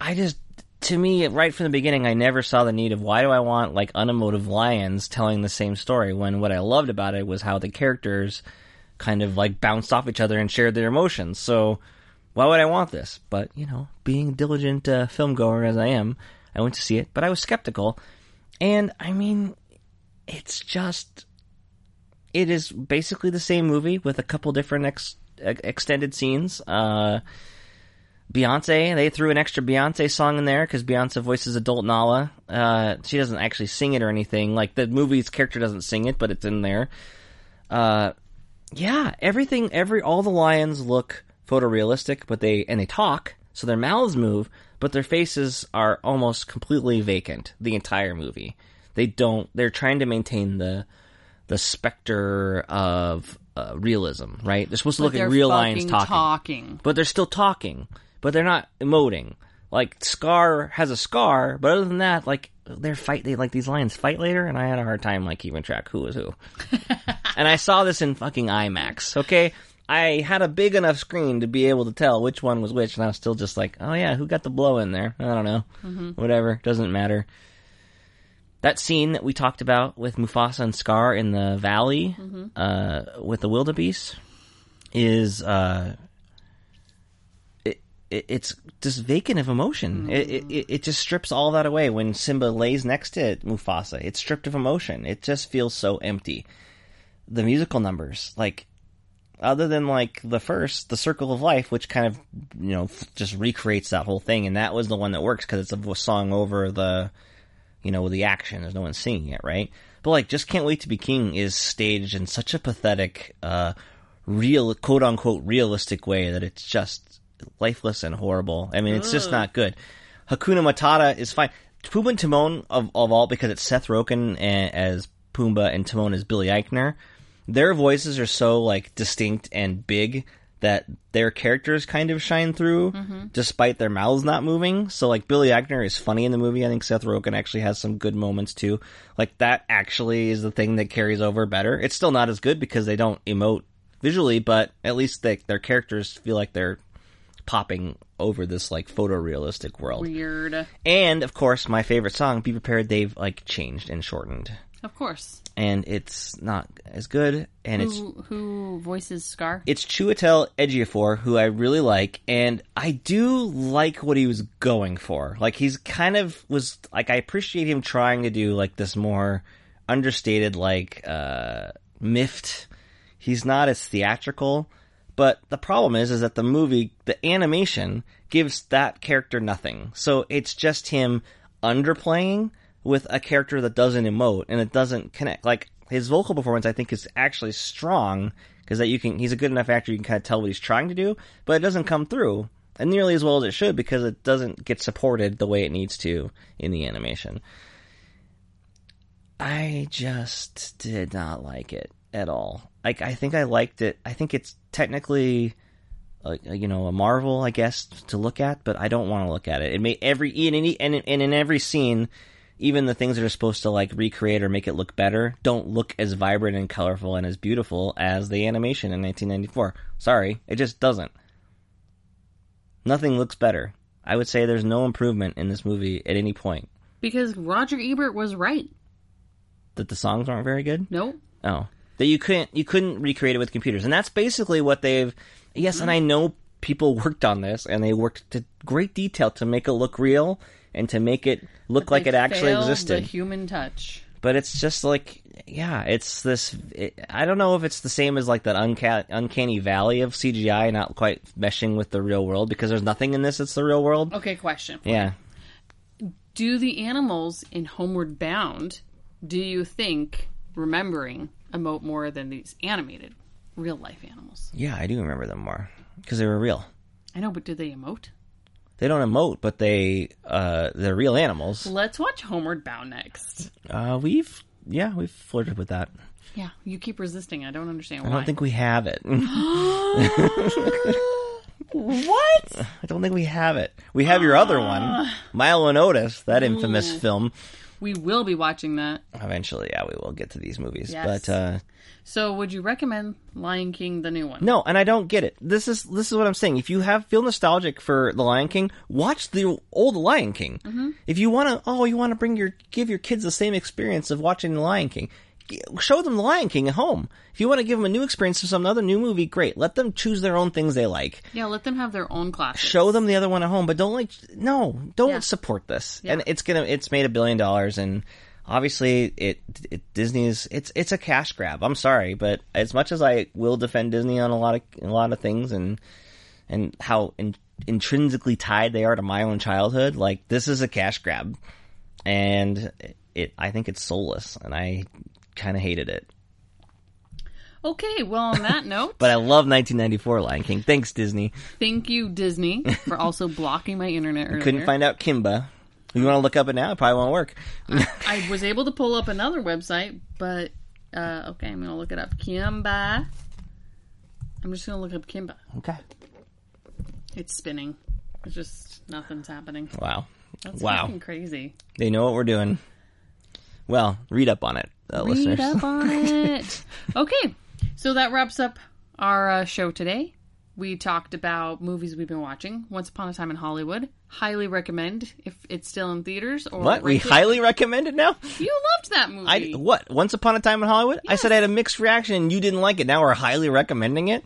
E: I just, to me, right from the beginning, I never saw the need of why do I want like unemotive lions telling the same story when what I loved about it was how the characters kind of like bounced off each other and shared their emotions. So why would I want this? But you know, being diligent uh, film goer as I am, I went to see it, but I was skeptical. And I mean, it's just it is basically the same movie with a couple different ex- ex- extended scenes. Uh, Beyonce, they threw an extra Beyonce song in there because Beyonce voices adult Nala. Uh, she doesn't actually sing it or anything. Like the movie's character doesn't sing it, but it's in there. Uh, yeah, everything, every all the lions look photorealistic, but they and they talk, so their mouths move, but their faces are almost completely vacant the entire movie. They don't. They're trying to maintain the the specter of uh, realism, right? They're supposed to look
D: They're
E: at real
D: fucking
E: lions talking
D: talking.
E: but they're still talking, but they're not emoting. Like Scar has a scar, but other than that, like they're fight they like these lions fight later, and I had a hard time like keeping track who was who. and I saw this in fucking IMAX. Okay, I had a big enough screen to be able to tell which one was which, and I was still just like, oh yeah, who got the blow in there? I don't know, whatever, doesn't matter. That scene that we talked about with Mufasa and Scar in the valley uh, with the wildebeest is uh, it, it, it's just vacant of emotion. It, it- it it just strips all that away. When Simba lays next to Mufasa, it's stripped of emotion. It just feels so empty. The musical numbers, like other than like the first, the Circle of Life, which kind of you know f- just recreates that whole thing, and that was the one that works because it's a vo- song over the you know the action. There's no one singing it, right? But like, just can't wait to be king is staged in such a pathetic, uh, real quote unquote realistic way that it's just lifeless and horrible. I mean, it's just not good. Hakuna Matata is fine. Pumbaa and Timon of, of all because it's Seth Rogen a- as Pumbaa and Timon as Billy Eichner their voices are so like distinct and big that their characters kind of shine through despite their mouths not moving. So like Billy Eichner is funny in the movie. I think Seth Rogen actually has some good moments too. Like that actually is the thing that carries over better. It's still not as good because they don't emote visually, but at least they, their characters feel like they're popping over this like photorealistic world.
D: Weird.
E: And of course, my favorite song, Be Prepared, they've like changed and shortened.
D: Of course.
E: And it's not as good and it's
D: Who, who voices Scar?
E: it's Chiwetel Ejiofor, who I really like, and I do like what he was going for. Like he's kind of was like I appreciate him trying to do like this more understated like uh miffed. He's not as theatrical, but the problem is is that the movie, the animation gives that character nothing. So it's just him underplaying with a character that doesn't emote and it doesn't connect. Like his vocal performance, I think, is actually strong because that you can. He's a good enough actor; you can kind of tell what he's trying to do, but it doesn't come through and nearly as well as it should because it doesn't get supported the way it needs to in the animation. I just did not like it at all. Like I think I liked it. I think it's technically a, a, you know a marvel I guess to look at, but I don't want to look at it. It may every in any and in, and in every scene, even the things that are supposed to like recreate or make it look better don't look as vibrant and colorful and as beautiful as the animation in 1994. Sorry, it just doesn't. Nothing looks better. I would say there's no improvement in this movie at any point.
D: Because Roger Ebert was right.
E: That the songs aren't very good.
D: Nope.
E: Oh, that you couldn't you couldn't recreate it with computers, and that's basically what they've. Yes, and I know people worked on this, and they worked to great detail to make it look real and to make it look like
D: They
E: it actually
D: failed
E: existed.
D: The human touch.
E: but it's just like, yeah, it's this. It, I don't know if it's the same as like that unca- uncanny valley of CGI not quite meshing with the real world because there's nothing in this that's the real world.
D: Okay, question.
E: Yeah,
D: Do the animals in Homeward Bound, do you think, remembering, emote more than these animated, real life animals?
E: yeah, I do remember them more because they were real.
D: I know, but do they emote?
E: They don't emote, but they uh, they're real animals.
D: Let's watch Homeward Bound next.
E: Uh, we've yeah, we've flirted with that.
D: Yeah, you keep resisting. I don't understand
E: I
D: why.
E: don't think we have it. I
D: what?
E: don't think we have it. We have your other one,
D: Ah.
E: Milo and Otis, that
D: Mm.
E: infamous film.
D: We will be watching that.
E: Eventually, yeah, we will get to these movies.
D: Yes.
E: But uh,
D: So, would you recommend Lion King, the new one?
E: no, and I don't get it. This is this is what I'm saying. If you have feel nostalgic for The Lion King, watch the old Lion King.
D: Mm-hmm.
E: If you want to, oh, you want to bring your give your kids the same experience of watching The Lion King. g- Show them The Lion King at home. If you want to give them a new experience of some other new movie, great. Let them choose their own things they like.
D: Yeah, let them have their own class.
E: show them the other one at home, but don't like no, don't
D: Yeah.
E: support this.
D: Yeah.
E: And it's gonna it's made a billion dollars and obviously it, it Disney's it's it's a cash grab. I'm sorry, but as much as I will defend Disney on a lot of a lot of things and and how in, intrinsically tied they are to my own childhood, like this is a cash grab, and it, it I think it's soulless, and I kind of hated it.
D: Okay, well, on that note,
E: But I love 1994 Lion King. Thanks Disney.
D: thank you, Disney, for also blocking my internet earlier.
E: Couldn't find out Kimba. You want to look up it now? It probably won't work.
D: I was able to pull up another website, but uh, okay, I'm gonna look it up. Kimba. I'm just gonna look up Kimba.
E: okay.
D: It's spinning. It's just nothing's happening.
E: Wow.
D: That's
E: wow.
D: fucking crazy.
E: They know what we're doing. Well, read up on it, uh, listeners.
D: Read up on it. okay, so that wraps up our uh, show today. We talked about movies we've been watching. Once Upon a Time in Hollywood. Highly recommend if it's still in theaters or
E: What? We
D: rent it.
E: highly recommend it now?
D: You loved that movie.
E: I what? Once upon a time in Hollywood? I said I had a mixed reaction and you didn't like it. Now we're highly recommending it.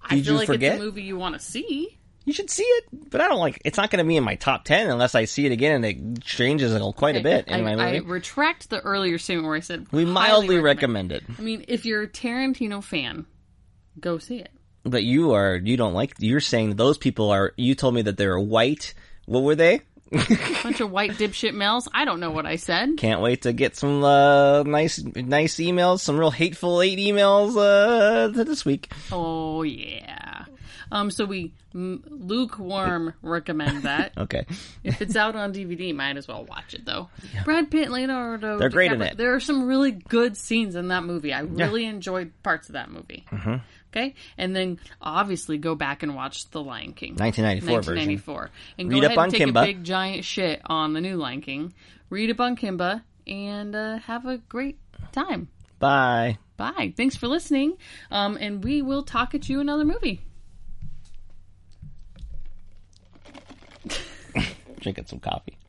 D: I
E: Did
D: feel
E: you
D: like
E: forget?
D: it's a movie you want to see.
E: You should see it, but I don't like it's not going to be in my top 10 unless I see it again and it changes it quite a bit in
D: I,
E: my
D: I
E: movie.
D: retract the earlier statement where I said
E: we
D: highly
E: mildly recommend it.
D: I mean, if you're a Tarantino fan, go see it.
E: But you are you don't like you're saying those people are you told me that they're white. What were they?
D: Bunch of white dipshit males. I don't know what I said.
E: Can't wait to get some uh, nice, nice emails, some real hateful hate emails uh, th- this week.
D: Oh yeah. Um. So we m- lukewarm recommend that.
E: Okay,
D: if it's out on DVD, might as well watch it though. Brad Pitt, Leonardo.
E: They're great in
D: DiCaprio-
E: it.
D: There are some really good scenes in that movie. I really enjoyed parts of that movie.
E: Mm-hmm.
D: Okay, and then obviously go back and watch The Lion King,
E: 1994 version.
D: 1994, and go
E: Read up
D: ahead
E: on
D: and take
E: Kimba.
D: a big giant shit on the new Lion King. Read up on Kimba and uh, have a great time.
E: bye.
D: Bye. Thanks for listening, um, and we will talk at you another movie.
E: Drinking some coffee.